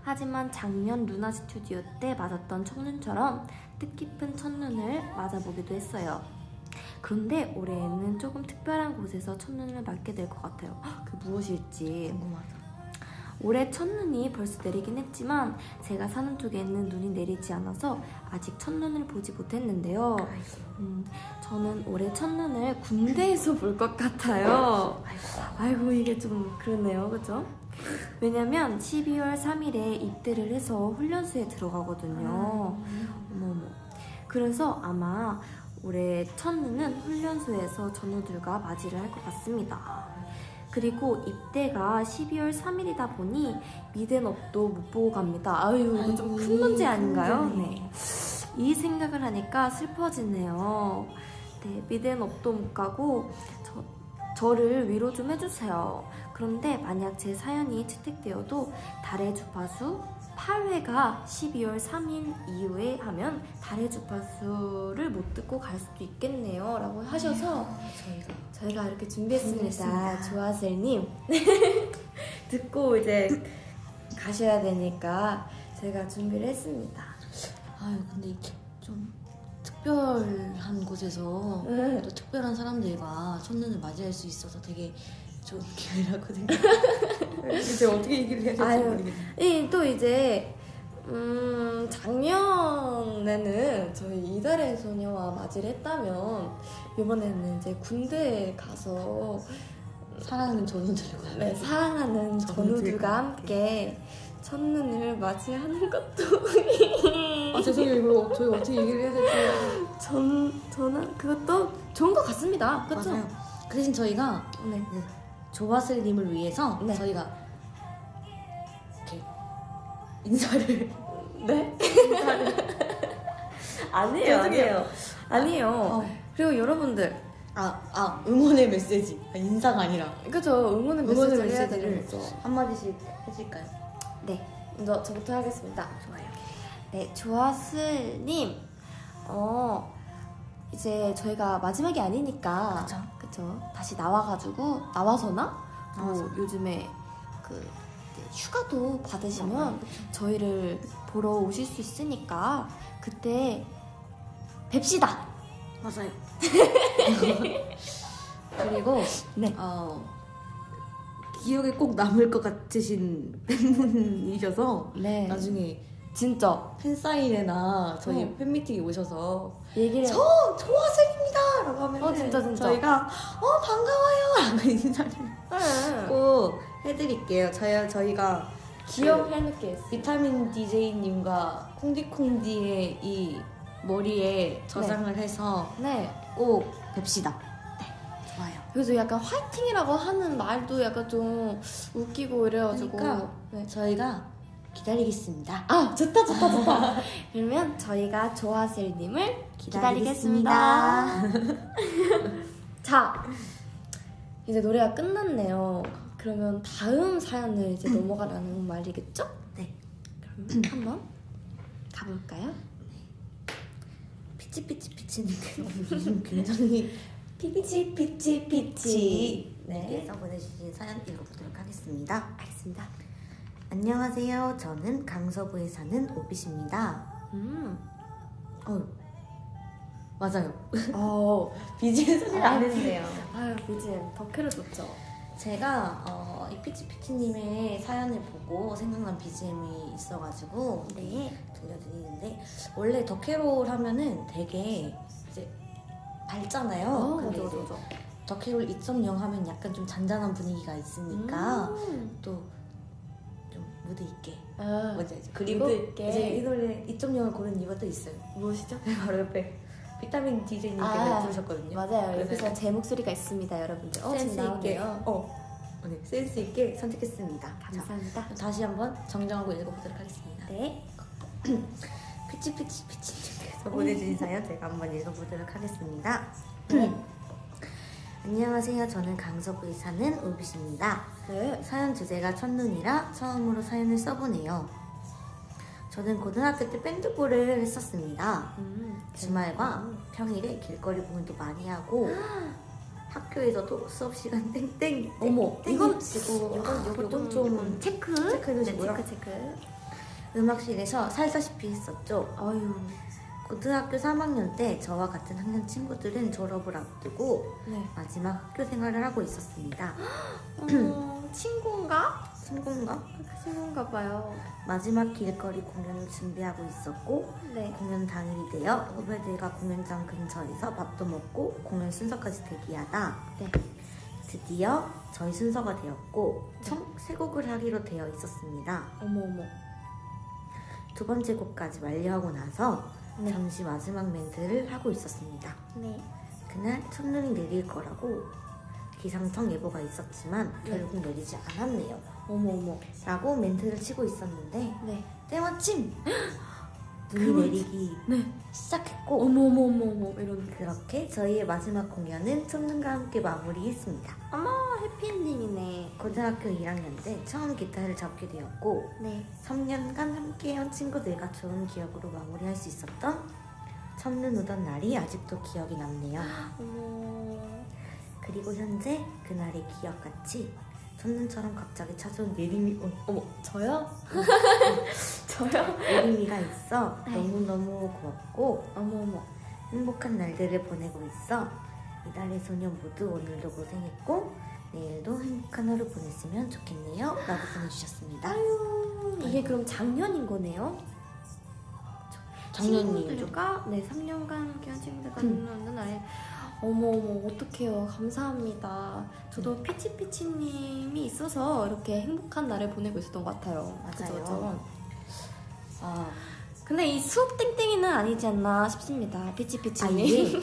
Speaker 1: 하지만 작년 루나 스튜디오 때 맞았던 첫눈처럼 뜻깊은 첫눈을 맞아보기도 했어요. 그런데 올해에는 조금 특별한 곳에서 첫눈을 맞게 될 것 같아요. 그
Speaker 4: 네.
Speaker 1: 무엇일지.
Speaker 2: 궁금하다
Speaker 1: 올해 첫눈이 벌써 내리긴 했지만 제가 사는 쪽에는 눈이 내리지 않아서 아직 첫눈을 보지 못했는데요.
Speaker 4: 어.
Speaker 2: 아이고
Speaker 1: 음, 저는 올해 첫눈을 군대에서 볼 것 같아요.
Speaker 2: 아이고
Speaker 1: 아이고 이게 좀 그렇네요, 그죠? 왜냐면 12월 3일에 입대를 해서 훈련소에 들어가거든요. 어머머. 뭐, 그래서 아마 올해 첫눈은 훈련소에서 전우들과 맞이를 할 것 같습니다. 그리고 입대가 12월 3일이다 보니 미den업도 못 보고 갑니다. 아유, 이거 좀 큰
Speaker 2: 아이고,
Speaker 1: 문제 아닌가요?
Speaker 2: 큰 문제네.
Speaker 1: 네. 이 생각을 하니까 슬퍼지네요. 네, 미den업도 못 가고 저, 저를 위로 좀 해주세요. 그런데 만약 제 사연이 채택되어도 달의 주파수 8회가 12월 3일 이후에 하면 달의 주파수를 못 듣고 갈 수도 있겠네요. 라고 하셔서
Speaker 4: 아,
Speaker 2: 저희가
Speaker 1: 저희가 이렇게 준비했습니다.
Speaker 2: 준비했습니다.
Speaker 1: 조아셀님.
Speaker 2: 듣고 이제 가셔야 되니까 제가 준비를 했습니다.
Speaker 4: 아유 근데 이게 좀 특별한 곳에서
Speaker 1: 네.
Speaker 4: 또 특별한 사람들과 첫눈을 맞이할 수 있어서 되게 좋은 기회라고 생각. 네,
Speaker 2: 이제 어떻게 얘기를 해야
Speaker 1: 아유. 이, 또 이제 음, 작년에는 저희 이달의 소녀와 맞이를 했다면 이번에는 이제 군대에 가서
Speaker 4: 사랑하는 전원들과
Speaker 1: 네, 사랑하는 전우들과
Speaker 2: 전우들과
Speaker 1: 함께 첫눈을 맞이하는 것도
Speaker 4: 아 죄송해요 이거 저희 어떻게 얘기를 해야 될지
Speaker 1: 전 저는 그것도 좋은 것 같습니다. 그렇죠?
Speaker 4: 맞아요 그 대신 저희가
Speaker 1: 네.
Speaker 4: 조바슬님을 위해서
Speaker 1: 네.
Speaker 4: 저희가 이렇게 인사를
Speaker 1: 네?
Speaker 2: 아니에요, 아니에요.
Speaker 1: 아니에요.
Speaker 4: 어.
Speaker 1: 그리고 여러분들
Speaker 4: 아, 아 응원의 메시지 아, 인사가 아니라
Speaker 1: 그죠 응원의 메시지를
Speaker 4: 응원의
Speaker 1: 해야
Speaker 4: 메시지를.
Speaker 1: 되는 거죠.
Speaker 2: 한마디씩 해줄까요?
Speaker 1: 네, 너 저부터 하겠습니다. 좋아요. 네, 조아슬님, 어 이제 저희가 마지막이 아니니까,
Speaker 2: 그쵸.
Speaker 1: 그쵸. 다시 나와가지고 나와서나 뭐
Speaker 2: 나와서.
Speaker 1: 요즘에 그 이제 휴가도 받으시면 저희를 보러 오실 수 있으니까 그때 뵙시다.
Speaker 2: 맞아요.
Speaker 4: 그리고
Speaker 1: 네.
Speaker 4: 어, 기억에 꼭 남을 것 같으신 팬분이셔서
Speaker 1: 네,
Speaker 4: 나중에
Speaker 1: 진짜
Speaker 4: 팬사인회나 저희
Speaker 1: 어.
Speaker 4: 팬미팅에 오셔서
Speaker 1: 얘기를.
Speaker 4: 저 조아슬입니다 라고 하면
Speaker 1: 어, 진짜, 진짜.
Speaker 4: 저희가 어 반가워요 라고 인사를
Speaker 1: 네.
Speaker 4: 꼭 해드릴게요 저희, 저희가
Speaker 1: 기억 해놓게 했어.
Speaker 4: 비타민 DJ님과 콩디콩디의 이 머리에 저장을 해서
Speaker 1: 네.
Speaker 4: 꼭 뵙시다 네, 좋아요
Speaker 1: 그래서 약간 화이팅이라고 하는 말도 약간 좀 웃기고 이래가지고
Speaker 4: 그러니까.
Speaker 1: 네.
Speaker 4: 저희가 기다리겠습니다
Speaker 1: 아 좋다 좋다 좋다 그러면 저희가 조아슬님을 기다리겠습니다, 자 이제 노래가 끝났네요 그러면 다음 사연을 이제 넘어가라는 말이겠죠?
Speaker 2: 네.
Speaker 1: 그럼 한번 가볼까요?
Speaker 2: 피치피치 피치님 굉장히 피치 피치 피치
Speaker 4: 네.
Speaker 2: 님께서 보내주신 사연 읽어보도록 하겠습니다.
Speaker 1: 알겠습니다
Speaker 2: 안녕하세요. 저는 강서구에 사는 오빛입니다. 어,
Speaker 1: 음.
Speaker 4: 맞아요
Speaker 1: 어,
Speaker 4: BGM 소리를 안 했는데
Speaker 2: 했네요.
Speaker 1: 아유 BGM 덕혜를 줬죠
Speaker 2: 제가 어, 이 피치피치님의 사연을 보고 생각난 BGM이 있어가지고
Speaker 1: 네
Speaker 2: 들려드리는데 원래 더캐롤 하면은 되게 이제 밝잖아요.
Speaker 1: 어,
Speaker 2: 근데
Speaker 1: 맞아
Speaker 2: 이제
Speaker 1: 맞아 맞아
Speaker 2: 더캐롤 2.0 하면 약간 좀 잔잔한 분위기가 있으니까
Speaker 1: 음.
Speaker 2: 또 좀 무드 있게
Speaker 1: 아,
Speaker 2: 뭔지 알죠? 그리고
Speaker 1: 무드 있게.
Speaker 2: 이제 이 노래 2.0을 고른 이유가 또 있어요.
Speaker 1: 무엇이죠?
Speaker 2: 네, 바로 옆에 비타민 DJ님께서
Speaker 1: 아,
Speaker 2: 부르셨거든요.
Speaker 1: 맞아요.
Speaker 2: 그래서
Speaker 1: 여기서 제 목소리가 있습니다, 여러분들. 어, 지금
Speaker 2: 네. 센스 있게
Speaker 1: 나오네요.
Speaker 2: 어, 네, 센스 있게 선택했습니다. 자,
Speaker 1: 감사합니다.
Speaker 2: 다시 한번 정정하고 읽어보도록 하겠습니다.
Speaker 1: 네.
Speaker 2: 피치피치피치님께서 보내주신 사연 제가 한번 읽어보도록 하겠습니다. 네. 안녕하세요. 저는 강서구에 사는 올빛입니다.
Speaker 1: 네.
Speaker 2: 사연 주제가 첫눈이라 처음으로 사연을 써보네요. 저는 고등학교 때 밴드부를 했었습니다.
Speaker 1: 음.
Speaker 2: 주말과 평일에 길거리 공연도 많이 하고 학교에서도 수업 시간 땡땡
Speaker 1: 어머, 이건-
Speaker 2: 치고
Speaker 1: 이건-
Speaker 2: 이건 보통
Speaker 1: 이건-
Speaker 2: 좀
Speaker 1: 체크.
Speaker 2: 체크해 주시고요.
Speaker 1: 네, 체크, 체크.
Speaker 2: 음악실에서 살다시피 했었죠.
Speaker 1: 어유.
Speaker 2: 고등학교 3학년 때 저와 같은 학년 친구들은 졸업을 앞두고
Speaker 1: 네.
Speaker 2: 마지막 학교 생활을 하고 있었습니다.
Speaker 1: 어, 친구인가?
Speaker 2: 친구인가?
Speaker 1: 친구인가 봐요.
Speaker 2: 마지막 길거리 공연을 준비하고 있었고
Speaker 1: 네.
Speaker 2: 공연 당일이 되어 후배들과 공연장 근처에서 밥도 먹고 공연 순서까지 대기하다
Speaker 1: 네.
Speaker 2: 드디어 저희 순서가 되었고 총 3곡을 하기로 되어 있었습니다.
Speaker 1: 어머, 어머.
Speaker 2: 두 번째 곡까지 완료하고 나서
Speaker 1: 네.
Speaker 2: 잠시 마지막 멘트를 하고 있었습니다.
Speaker 1: 네.
Speaker 2: 그날 첫눈이 내릴 거라고 기상청 예보가 있었지만
Speaker 1: 네.
Speaker 2: 결국 내리지 않았네요.
Speaker 1: 어머, 어머.
Speaker 2: 라고 멘트를 치고 있었는데
Speaker 1: 네.
Speaker 2: 때마침 눈이
Speaker 1: 그만-
Speaker 2: 내리기
Speaker 1: 네.
Speaker 2: 시작했고
Speaker 1: 어머, 어머, 어머, 어머. 이런.
Speaker 2: 그렇게 저희의 마지막 공연은 첫눈과 함께 마무리했습니다.
Speaker 1: 어머, 해피엔딩이네.
Speaker 2: 고등학교 1학년 때 처음 기타를 잡게 되었고
Speaker 1: 네.
Speaker 2: 3년간 함께한 친구들과 좋은 기억으로 마무리할 수 있었던 첫눈 오던 날이 아직도 기억이 남네요.
Speaker 1: 어머.
Speaker 2: 그리고 현재 그날의 기억같이 첫눈처럼 갑자기 찾아온 예림이 어,
Speaker 1: 어머 저요? 저요?
Speaker 2: 예림이가 있어
Speaker 1: 아이고.
Speaker 2: 너무너무 고맙고
Speaker 1: 어머 어머
Speaker 2: 행복한 날들을 보내고 있어. 이달의 소녀 모두 오늘도 고생했고 내일도 행복한 하루 보냈으면 좋겠네요. 라고 보내주셨습니다.
Speaker 1: 아유 이게 그럼 작년인 거네요?
Speaker 2: 작년이죠.
Speaker 5: 친구들과 네 3년간 함께한 친구들과
Speaker 1: 음.
Speaker 5: 놀는 아이
Speaker 1: 어머 어머 어떡해요 감사합니다
Speaker 2: 음.
Speaker 1: 저도 피치피치님이 있어서 이렇게 행복한 날을 보내고 있었던 것 같아요 그죠, 그죠?
Speaker 2: 맞아요. 아,
Speaker 1: 근데 이 수업 땡땡이는 아니지 않나 싶습니다
Speaker 2: 아
Speaker 1: 피치피치님
Speaker 2: 이게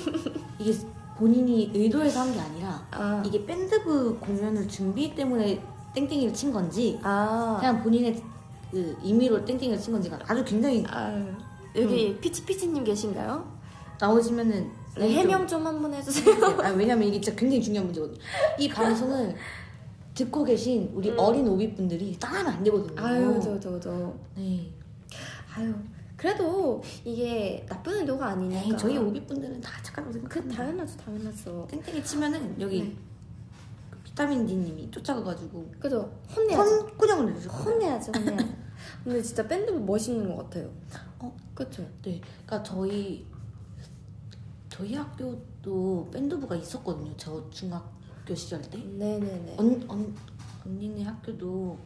Speaker 2: 이게 본인이 의도해서 한 게 아니라
Speaker 1: 아,
Speaker 2: 이게 밴드부 공연을 준비 때문에 땡땡이를 친 건지
Speaker 1: 아,
Speaker 2: 그냥 본인의 그 임의로 땡땡이를 친 건지가 아주 굉장히
Speaker 1: 아유, 여기
Speaker 2: 음.
Speaker 1: 피치피치님 계신가요?
Speaker 2: 나오시면은
Speaker 1: 네, 해명 좀 한번 해주세요
Speaker 2: 아, 왜냐면 이게 진짜 굉장히 중요한 문제거든요. 이 방송을 듣고 계신 우리
Speaker 1: 음.
Speaker 2: 어린 오비분들이 따라하면 안 되거든요.
Speaker 1: 아유 저저저 저.
Speaker 2: 네.
Speaker 1: 아유 그래도 이게 나쁜 의도가 아니니까
Speaker 2: 에이, 저희 오비분들은 다 착하다고
Speaker 1: 그러니까. 그
Speaker 2: 생각합니다.
Speaker 1: 당연하죠 당연하죠
Speaker 2: 땡땡이 치면은 여기
Speaker 1: 네.
Speaker 2: 그 비타민 D님이 쫓아가가지고
Speaker 1: 그죠 혼내야죠
Speaker 2: 선구령을 내주실 거예요.
Speaker 1: 혼내야죠, 혼내야죠. 근데 진짜 밴드 멋있는 것 같아요.
Speaker 2: 어?
Speaker 1: 그쵸?
Speaker 2: 네. 그러니까 저희 저희 학교도 밴드부가 있었거든요. 저 중학교 시절 때.
Speaker 1: 네네네.
Speaker 2: 언, 언, 언니네 학교도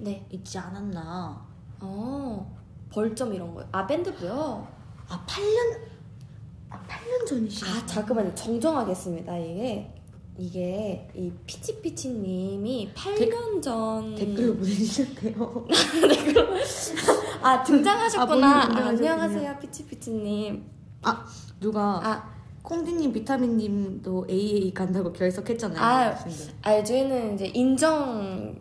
Speaker 1: 네.
Speaker 2: 있지 않았나.
Speaker 1: 어, 벌점 이런 거요. 아, 밴드고요?
Speaker 2: 아 8년 아 8년 전이시네.
Speaker 1: 아, 잠깐만요. 정정하겠습니다, 이게. 이게 이 피치피치님이 8년 전
Speaker 2: 댓글로 보내주셨대요.
Speaker 1: 아
Speaker 2: 아,
Speaker 1: 등장하셨구나
Speaker 2: 본인 등장하셨군요.
Speaker 1: 안녕하세요 피치피치님
Speaker 2: 누가
Speaker 1: 아,
Speaker 2: 콩디님, 비타민님도 AA 간다고 결석했잖아요.
Speaker 1: 아유.
Speaker 2: 근데.
Speaker 1: 아 저희는 이제 인정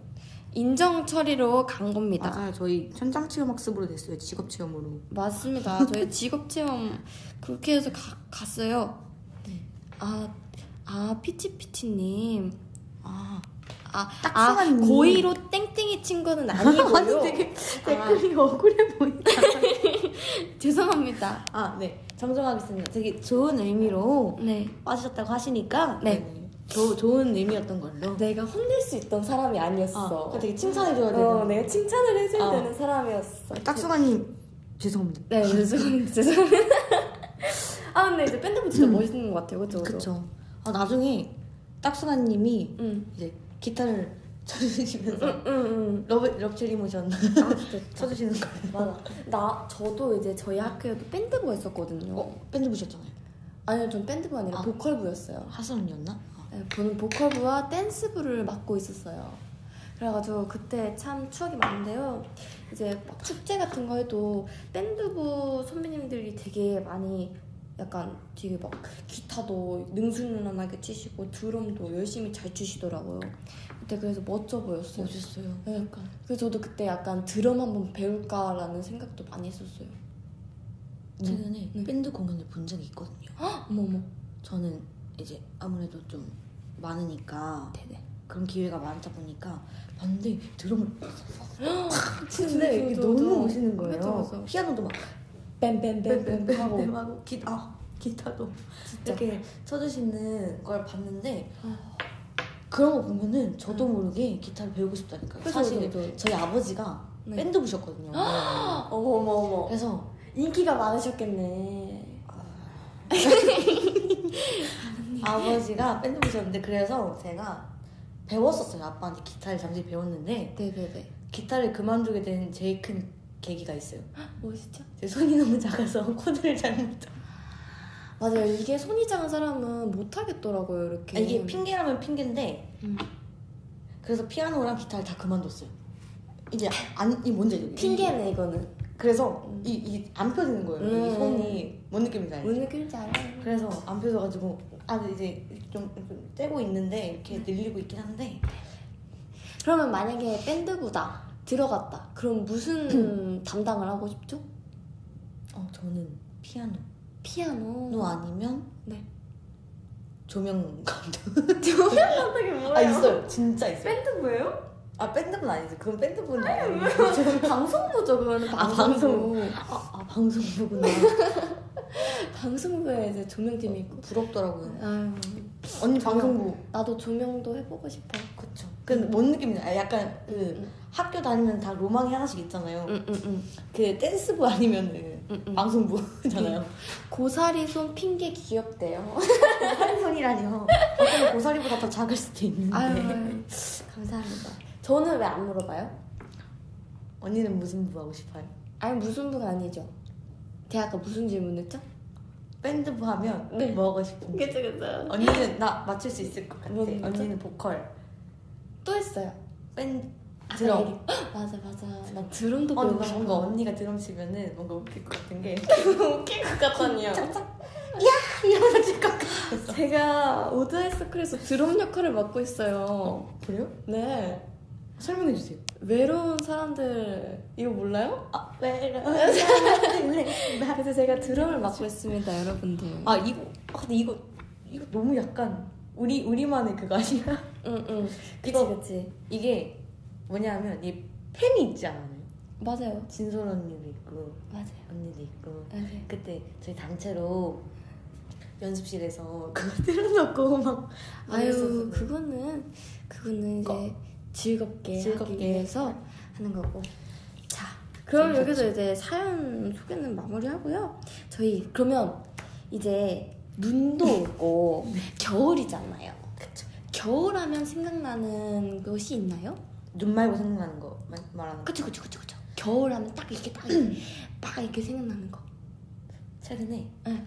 Speaker 1: 인정 처리로 간 겁니다
Speaker 2: 맞아요. 저희 현장 체험 학습으로 됐어요. 직업 체험으로.
Speaker 1: 맞습니다. 저희 직업 체험 그렇게 해서 가- 갔어요. 아, 아 피치피치님.
Speaker 2: 아,
Speaker 1: 아,
Speaker 2: 딱
Speaker 1: 아
Speaker 2: 순간 이-
Speaker 1: 고의로 땡땡이 친 거는 아니고요.
Speaker 2: 아니 되게 댓글이 억울해 보인다.
Speaker 1: 죄송합니다.
Speaker 2: 아, 네. 정정하겠습니다. 되게 좋은 의미로
Speaker 1: 네.
Speaker 2: 빠지셨다고 하시니까.
Speaker 1: 네.
Speaker 2: 조, 좋은 의미였던 걸로.
Speaker 1: 내가 혼낼 수 있던 사람이
Speaker 2: 아,
Speaker 1: 아니었어.
Speaker 2: 그러니까 되게 칭찬해줘야 되는.
Speaker 1: 어, 내가 칭찬을 해줘야
Speaker 2: 어.
Speaker 1: 되는 사람이었어.
Speaker 2: 딱수가님, 죄송합니다.
Speaker 1: 네, 죄송합니다. 죄송합니다. 아, 근데 이제 밴드부 진짜 멋있는 것 같아요. 그쵸? 그쵸?
Speaker 2: 그쵸. 아, 나중에 딱수가님이
Speaker 1: 응.
Speaker 2: 이제 기타를 쳐주시면서
Speaker 1: 응, 응,
Speaker 2: 러브, 럽체리 모션
Speaker 1: 응. 아, 진짜.
Speaker 2: 쳐주시는 거예요.
Speaker 1: 음. 맞아. 나 저도 이제 저희 학교에도 밴드부가 있었거든요.
Speaker 2: 어, 밴드 보셨잖아요.
Speaker 1: 아니요, 전 밴드부가 아니라
Speaker 2: 아.
Speaker 1: 보컬부였어요.
Speaker 2: 하선이었나? 아,
Speaker 1: 네, 저는 보컬부와 댄스부를 맡고 있었어요. 그래가지고 그때 참 추억이 많은데요. 이제 막 축제 같은 거 해도 밴드부 선배님들이 되게 많이 약간 되게 막 기타도 능수능란하게 치시고 드럼도 열심히 잘 치시더라고요. 그때 그래서 멋져 보였어요.
Speaker 2: 오셨어요.
Speaker 1: 네, 약간. 그래서 저도 그때 약간 드럼 한번 배울까라는 생각도 많이 했었어요.
Speaker 2: 최근에
Speaker 1: 네.
Speaker 2: 밴드 공연을 본 적이 있거든요.
Speaker 1: 어머 어머.
Speaker 2: 저는 이제 아무래도 좀 많으니까
Speaker 1: 네네.
Speaker 2: 그런 기회가 많다 보니까 봤는데 드럼을
Speaker 1: 근데
Speaker 2: 치는데 이게
Speaker 1: 저도-
Speaker 2: 너무 멋있는 거예요.
Speaker 1: 그쵸, 그쵸.
Speaker 2: 피아노도 네, 막
Speaker 1: 뱀뱀뱀뱀 하고
Speaker 2: 하고 기타 아, 기타도
Speaker 1: 진짜.
Speaker 2: 이렇게 쳐주시는 걸 봤는데 그런 거 보면은 저도 모르게 기타를 배우고 싶다니까요.
Speaker 1: 그쵸,
Speaker 2: 사실
Speaker 1: 그쵸, 그쵸.
Speaker 2: 저희 아버지가
Speaker 1: 네.
Speaker 2: 밴드 부셨거든요. 아!
Speaker 1: 어머 어머 어머.
Speaker 2: 그래서
Speaker 1: 인기가 많으셨겠네.
Speaker 2: 아. 아버지가 밴드 부셨는데 그래서 제가 배웠었어요. 아빠한테 기타를 잠시 배웠는데
Speaker 1: 네네네.
Speaker 2: 기타를 그만두게 된 제일 큰 계기가 있어요.
Speaker 1: 멋있죠?
Speaker 2: 제 손이 너무 작아서 코드를 잘못. 잡-
Speaker 1: 맞아요. 이게 손이 작은 사람은 못 하겠더라고요. 이렇게.
Speaker 2: 아, 이게 핑계라면 핑계인데
Speaker 1: 음.
Speaker 2: 그래서 피아노랑 기타를 다 그만뒀어요. 이게 안이 뭔지 알죠? 이-
Speaker 1: 핑계네 이거는.
Speaker 2: 그래서
Speaker 1: 음.
Speaker 2: 이 이게 안 펴지는 거예요. 이
Speaker 1: 음.
Speaker 2: 손이 뭔 느낌인지 알죠?
Speaker 1: 오늘 끌지 않아요.
Speaker 2: 그래서 안 펴져가지고 아 근데 이제 좀, 좀 떼고 있는데 이렇게 늘리고 있긴 한데
Speaker 1: 그러면 만약에 밴드부다 들어갔다. 그럼 무슨 담당을 하고 싶죠?
Speaker 2: 어 저는 피아노.
Speaker 1: 피아노.
Speaker 2: 너 아니면
Speaker 1: 네.
Speaker 2: 조명 감독
Speaker 1: 어떻게
Speaker 2: 아 있어요 진짜 있어요
Speaker 1: 밴드부예요?
Speaker 2: 아 밴드분 아니지 그건 밴드분 아니에요
Speaker 1: 방송부죠 그거는
Speaker 2: 아,
Speaker 1: 방송부.
Speaker 2: 아, 아 방송부구나
Speaker 1: 방송부에 이제 조명팀이 있고.
Speaker 2: 부럽더라고요
Speaker 1: 아유.
Speaker 2: 언니
Speaker 1: 조명.
Speaker 2: 방송국.
Speaker 1: 나도 조명도 해보고 싶어.
Speaker 2: 그쵸.
Speaker 1: 음.
Speaker 2: 근데 뭔 느낌이냐? 약간 그 학교 다니면 다 로망이 하나씩 있잖아요.
Speaker 1: 음. 응응응.
Speaker 2: 그 댄스부 아니면은
Speaker 1: 음,
Speaker 2: 방송부잖아요.
Speaker 1: 고사리 손 핑계 귀엽대요.
Speaker 2: 한손이라니요. 어떤 고사리보다 더 작을 수도 있는데.
Speaker 1: 아유, 아유 감사합니다. 저는 왜 안 물어봐요?
Speaker 2: 언니는 무슨 부 하고 싶어요?
Speaker 1: 아니 무슨 부가 아니죠. 제가 아까 무슨 질문했죠?
Speaker 2: 밴드부 하면
Speaker 1: 네.
Speaker 2: 뭐 하고 싶은데?
Speaker 1: 그쵸 그쵸.
Speaker 2: 언니는 나 맞출 수 있을 것 같아.
Speaker 1: 뭔데?
Speaker 2: 언니는 보컬,
Speaker 1: 또 했어요.
Speaker 2: 밴드,
Speaker 1: 아까
Speaker 2: 드럼.
Speaker 1: 얘기- 맞아 맞아. 나 드럼도 배우고
Speaker 2: 어, 뭔가,
Speaker 1: 싶어.
Speaker 2: 뭔가 언니가 드럼 치면은 뭔가 웃길 것 같은 게
Speaker 1: 웃길 것 같다니요.
Speaker 2: 이러면서 찔것 같아.
Speaker 1: 어. 제가 오드아이 서클에서 드럼 역할을 맡고 있어요.
Speaker 2: 그래요?
Speaker 1: 네.
Speaker 2: 설명해 주세요.
Speaker 1: 외로운 사람들 이거 몰라요?
Speaker 2: 아, 왜요?
Speaker 1: 그래서 제가 드럼을 맡고 있습니다, 여러분들.
Speaker 2: 아 이거, 아, 근데 이거 이거 너무 약간 우리 우리만의 그거 아니야?
Speaker 1: 응응. 그치
Speaker 2: 이거-
Speaker 1: 그치.
Speaker 2: 이게 뭐냐면 이 팬이 있지 않아요?
Speaker 1: 맞아요.
Speaker 2: 진솔 언니도 있고
Speaker 1: 맞아요.
Speaker 2: 언니도 있고
Speaker 1: 맞아요. 네.
Speaker 2: 그때 저희 단체로 연습실에서 그거 틀어놓고 막
Speaker 1: 아유
Speaker 2: 그랬었거든요.
Speaker 1: 그거는 그거는 이제
Speaker 2: 거.
Speaker 1: 즐겁게, 하기
Speaker 2: 즐겁게.
Speaker 1: 위해서 하는 거고 자 그럼
Speaker 2: 재밌었죠.
Speaker 1: 여기서 이제 사연 소개는 마무리하고요 저희 그러면 이제 눈도 오고 겨울이잖아요
Speaker 2: 그쵸.
Speaker 1: 겨울하면 생각나는 곳이 있나요?
Speaker 2: 눈 말고 생각나는 거 말- 말하는 거
Speaker 1: 그쵸 그쵸 그쵸 그쵸 겨울하면 딱 이렇게 딱 이렇게 딱 이렇게 생각나는 거
Speaker 2: 최근에
Speaker 1: 네.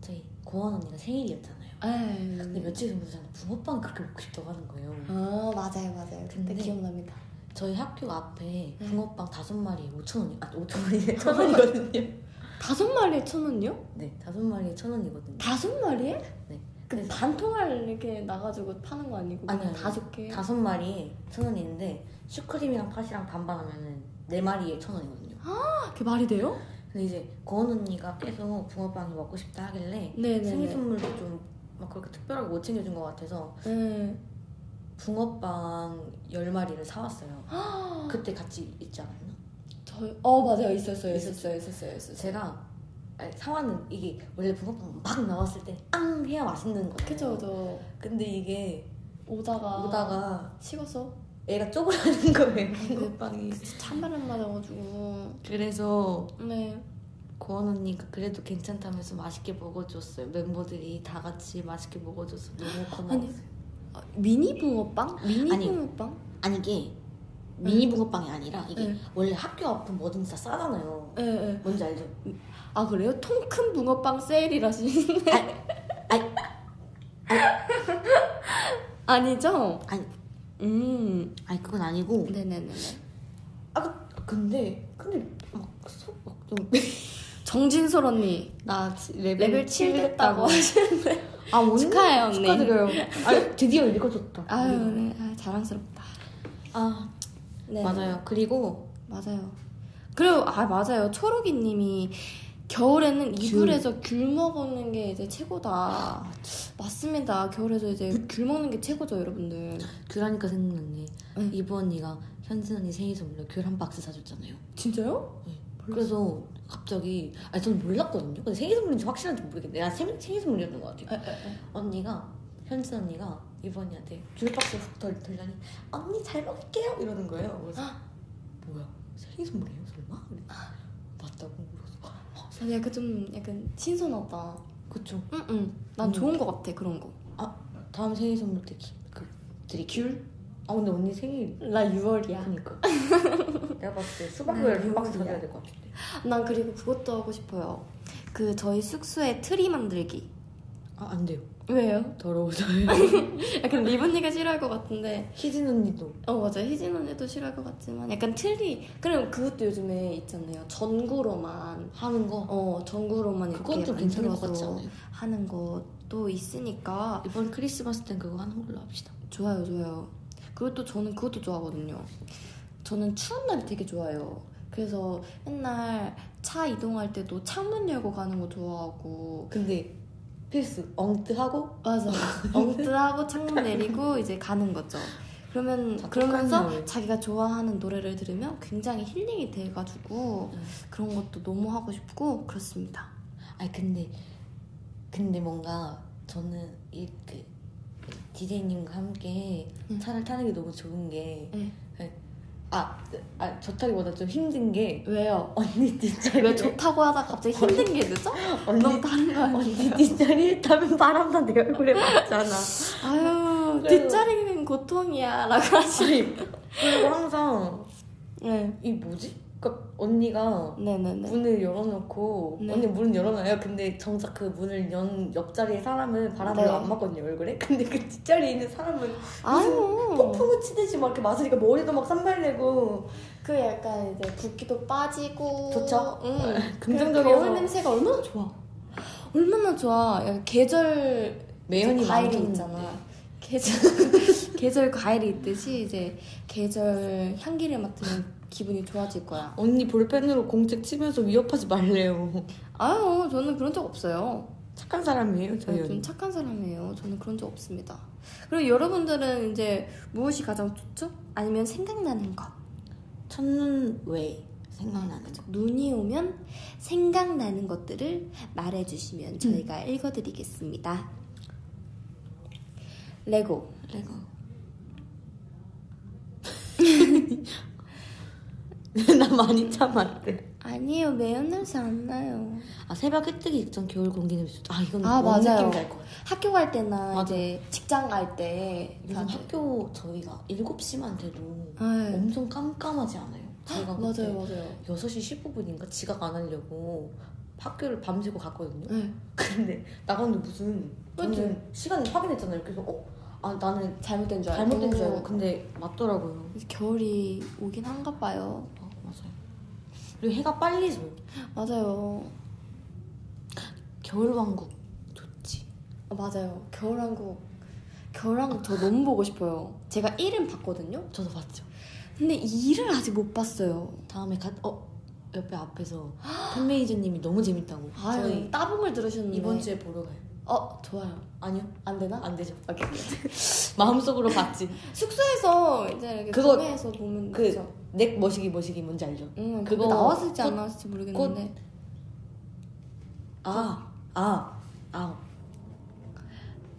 Speaker 2: 저희 고원 언니가 생일이었잖아요 근데
Speaker 1: 에이.
Speaker 2: 며칠 전부터 저한테 붕어빵 그렇게 먹고 싶다고 하는 거예요
Speaker 1: 아 맞아요 맞아요 그때
Speaker 2: 근데
Speaker 1: 기억납니다
Speaker 2: 저희 학교 앞에 붕어빵 다섯 마리에 5천 원이 아 5천 원이래 천 원이거든요
Speaker 1: 다섯 마리에 천 원이요?
Speaker 2: 네 다섯 마리에 천 원이거든요
Speaker 1: 다섯 마리에?
Speaker 2: 네.
Speaker 1: 그
Speaker 2: 그래서-
Speaker 1: 반통알 이렇게 나가지고 파는 거 아니고
Speaker 2: 아니요,
Speaker 1: 그냥
Speaker 2: 아니요.
Speaker 1: 다섯 개.
Speaker 2: 다섯 마리에 천 원인데 슈크림이랑 팥이랑 반반 하면은 네 마리에 천 원이거든요
Speaker 1: 아, 그게 말이 돼요?
Speaker 2: 근데 이제 고원 언니가 계속 붕어빵이 먹고 싶다 하길래 생일
Speaker 1: 네네.
Speaker 2: 선물도 좀 막 그렇게 특별하게 못 챙겨준 것 같아서
Speaker 1: 네.
Speaker 2: 붕어빵 10마리를 사왔어요 그때 같이 있지 않았나?
Speaker 1: 저어 맞아요 있었어요 있었어요 있었어요 있었어요.
Speaker 2: 제가 아니, 사왔는 이게 원래 붕어빵 막 나왔을 때앙 해야 맛있는 거예요
Speaker 1: 그쵸 저
Speaker 2: 근데 이게
Speaker 1: 오다가 네.
Speaker 2: 오다가
Speaker 1: 식었어.
Speaker 2: 애가 쪼그라는 거예요 붕어빵이
Speaker 1: 찬바람 맞아가지고.
Speaker 2: 그래서
Speaker 1: 네.
Speaker 2: 고원 언니가 그래도 괜찮다면서 맛있게 먹어줬어요 멤버들이 다 같이 맛있게 먹어줘서 너무 고마웠어요
Speaker 1: 아, 미니 붕어빵? 미니
Speaker 2: 아니.
Speaker 1: 붕어빵?
Speaker 2: 아니 이게 미니 붕어빵이 아니라 이게
Speaker 1: 네.
Speaker 2: 원래 학교 앞은 뭐든지 다 싸잖아요.
Speaker 1: 예 예.
Speaker 2: 뭔지 알죠?
Speaker 1: 아 그래요? 통 큰 붕어빵 세일이라시. 아니죠?
Speaker 2: 아니
Speaker 1: 음.
Speaker 2: 아니 그건 아니고
Speaker 1: 네네네.
Speaker 2: 아, 그, 근데 근데 막속막좀
Speaker 1: 정진솔 언니
Speaker 2: 나 레벨,
Speaker 1: 레벨 7 됐다고
Speaker 2: 아 언니
Speaker 1: 축하해요 언니.
Speaker 2: 축하드려요. 아 드디어 읽어줬다.
Speaker 1: 아유 네. 아, 자랑스럽다.
Speaker 2: 아
Speaker 1: 네.
Speaker 2: 맞아요. 그리고
Speaker 1: 맞아요. 그리고 아 맞아요. 초록이님이 겨울에는 이불에서 귤 먹는 게 이제 최고다. 맞습니다. 겨울에서 이제 귤 먹는 게 최고죠, 여러분들.
Speaker 2: 귤하니까 그러니까 생각났네.
Speaker 1: 응.
Speaker 2: 이브 언니가 현진 언니 생일 선물로 귤 한 박스 사줬잖아요.
Speaker 1: 진짜요?
Speaker 2: 그래서 갑자기 아니 저는 몰랐거든요. 근데 생일 선물인지 확실한지 모르겠는데 내가 생, 생일 선물이었던 것 같아요. 언니가 현진 언니가 이브 언니한테 귤박스 훅 덜, 덜더니 언니 잘 먹을게요 이러는 거예요. 그래서 뭐야 생일 선물이에요 설마? 그랬 맞다고 그래서
Speaker 1: 아, 약간 좀 약간 신선하다.
Speaker 2: 그쵸
Speaker 1: 응응. 난
Speaker 2: 음.
Speaker 1: 좋은 것 같아 그런 거.
Speaker 2: 다음 생일 선물 때 기, 그, 드리 귤? 아 근데 언니 생일
Speaker 1: 나 6월이야.
Speaker 2: 그니까 내가 봤을 때 수박을
Speaker 1: 난
Speaker 2: 한 박스
Speaker 1: 유월이야.
Speaker 2: 사줘야 될 것 같은데
Speaker 1: 난 그리고 그것도 하고 싶어요. 그 저희 숙소에 트리 만들기.
Speaker 2: 아안 돼요
Speaker 1: 왜요?
Speaker 2: 더러워서요
Speaker 1: 약간 리언니가 싫어할 것 같은데
Speaker 2: 희진 언니도
Speaker 1: 어 맞아 희진 언니도 싫어할 것 같지만 약간 틀이 그럼 그것도 요즘에 있잖아요 전구로만
Speaker 2: 하는 거
Speaker 1: 어 전구로만 이렇게
Speaker 2: 그것도 괜찮을 것 같지
Speaker 1: 만들어서
Speaker 2: 않아요?
Speaker 1: 하는 것도 있으니까
Speaker 2: 이번 크리스마스 땐 그거 하는 걸로 합시다
Speaker 1: 좋아요 좋아요 그리고 또 저는 그것도 좋아하거든요 저는 추운 날이 되게 좋아요 그래서 맨날 차 이동할 때도 창문 열고 가는 거 좋아하고
Speaker 2: 근데 필수 엉뜨하고
Speaker 1: 맞아 엉뜨하고 창문 내리고 이제 가는 거죠 그러면
Speaker 2: 다 똑같은
Speaker 1: 그러면서
Speaker 2: 노래.
Speaker 1: 자기가 좋아하는 노래를 들으면 굉장히 힐링이 돼가지고
Speaker 2: 응.
Speaker 1: 그런 것도 너무 하고 싶고 그렇습니다.
Speaker 2: 아니 근데 근데 뭔가 저는 이 그 디제이님과 함께
Speaker 1: 음.
Speaker 2: 차를 타는 게 너무 좋은 게
Speaker 1: 네.
Speaker 2: 아, 아 좋다기보다 좀 힘든 게
Speaker 1: 왜요?
Speaker 2: 언니 어. 뒷자리
Speaker 1: 왜 좋다고 하다 갑자기 힘든 게 되죠?
Speaker 2: 언니
Speaker 1: 너무 다른 거 아니에요?
Speaker 2: 언니 뒷자리에 타면 바람다 내 얼굴에 맞잖아
Speaker 1: 아유 뒷자리는 고통이야 라고 하시네
Speaker 2: 아니 그리고 항상 이 뭐지? 그러니까 언니가
Speaker 1: 예. 네네네
Speaker 2: 문을 열어놓고
Speaker 1: 네.
Speaker 2: 언니 문을 열어놔요. 근데 정작 그 문을 연 옆자리에 사람은 바람을
Speaker 1: 네. 어.
Speaker 2: 안 맞거든요 얼굴에. 근데 그 뒷자리에 있는 사람은
Speaker 1: 아유
Speaker 2: 폭풍을 치듯이 막 이렇게 맞으니까 머리도 막 산발내고
Speaker 1: 그 약간 이제 붓기도 빠지고
Speaker 2: 좋죠? 네.
Speaker 1: 응.
Speaker 2: 아, 긍정적이어서.
Speaker 1: 겨울 냄새가 얼마나 좋아 얼마나 좋아 약간 계절
Speaker 2: 매연이
Speaker 1: 이제 과일이
Speaker 2: 많이
Speaker 1: 있잖아 계절 계절 과일이 있듯이 이제 계절 향기를 맡으면 기분이 좋아질 거야
Speaker 2: 언니 볼펜으로 공책 치면서 위협하지 말래요.
Speaker 1: 아유 저는 그런 적 없어요
Speaker 2: 착한 사람이에요 저희
Speaker 1: 저는
Speaker 2: 언니.
Speaker 1: 네, 좀 착한 사람이에요. 저는 그런 적 없습니다. 그리고 여러분들은 이제 무엇이 가장 좋죠? 아니면 생각나는 것.
Speaker 2: 첫눈 외 생각나는 거.
Speaker 1: 눈이 오면 생각나는 것들을 말해주시면 저희가 읽어드리겠습니다. 레고.
Speaker 2: 레고. 나 많이 참았대.
Speaker 1: 아니에요. 매연 냄새 안 나요.
Speaker 2: 아 새벽 해 뜨기 직전 겨울 공기 냄새. 아 이건
Speaker 1: 아,
Speaker 2: 뭔
Speaker 1: 맞아요.
Speaker 2: 느낌인지 알것 같아.
Speaker 1: 학교 갈 때나
Speaker 2: 맞아.
Speaker 1: 이제 직장 갈 때
Speaker 2: 요즘 학교 저희가 7시만 돼도
Speaker 1: 네.
Speaker 2: 엄청 깜깜하지 않아요? 제가 그때
Speaker 1: 맞아요, 맞아요.
Speaker 2: 6시 15분인가 지각 안 하려고 학교를 밤새고 갔거든요.
Speaker 1: 네.
Speaker 2: 근데 나갔는데 무슨 저는 시간을 확인했잖아요. 그래서 어? 아 나는
Speaker 1: 잘못된 줄 알고.
Speaker 2: 잘못된 줄 알고 근데 맞더라고요.
Speaker 1: 이제 겨울이 오긴 한가 봐요.
Speaker 2: 어, 맞아요. 그리고 해가 빨리 져요.
Speaker 1: 맞아요.
Speaker 2: 겨울왕국 좋지.
Speaker 1: 아, 맞아요. 겨울왕국. 겨울왕국 저 너무 보고 싶어요. 제가 1은 봤거든요.
Speaker 2: 저도 봤죠.
Speaker 1: 근데 2를 아직 못 봤어요.
Speaker 2: 다음에 가, 어? 옆에 앞에서 팬메이저님이 너무 재밌다고
Speaker 1: 아유,
Speaker 2: 저희
Speaker 1: 따봉을 들으셨는데.
Speaker 2: 이번 주에 보러 가요.
Speaker 1: 어, 좋아요.
Speaker 2: 아니요
Speaker 1: 안 되나?
Speaker 2: 안 되죠.
Speaker 1: 오케이.
Speaker 2: 마음속으로 봤지.
Speaker 1: 숙소에서 이제 이렇게
Speaker 2: 그거-
Speaker 1: 구매해서 보면
Speaker 2: 그-
Speaker 1: 되죠.
Speaker 2: 넥 머시기 머시기 뭔지 알죠?
Speaker 1: 응,
Speaker 2: 그거
Speaker 1: 그거 나왔을지
Speaker 2: 꽃-
Speaker 1: 안 나왔을지 모르겠는데.
Speaker 2: 아, 아, 아.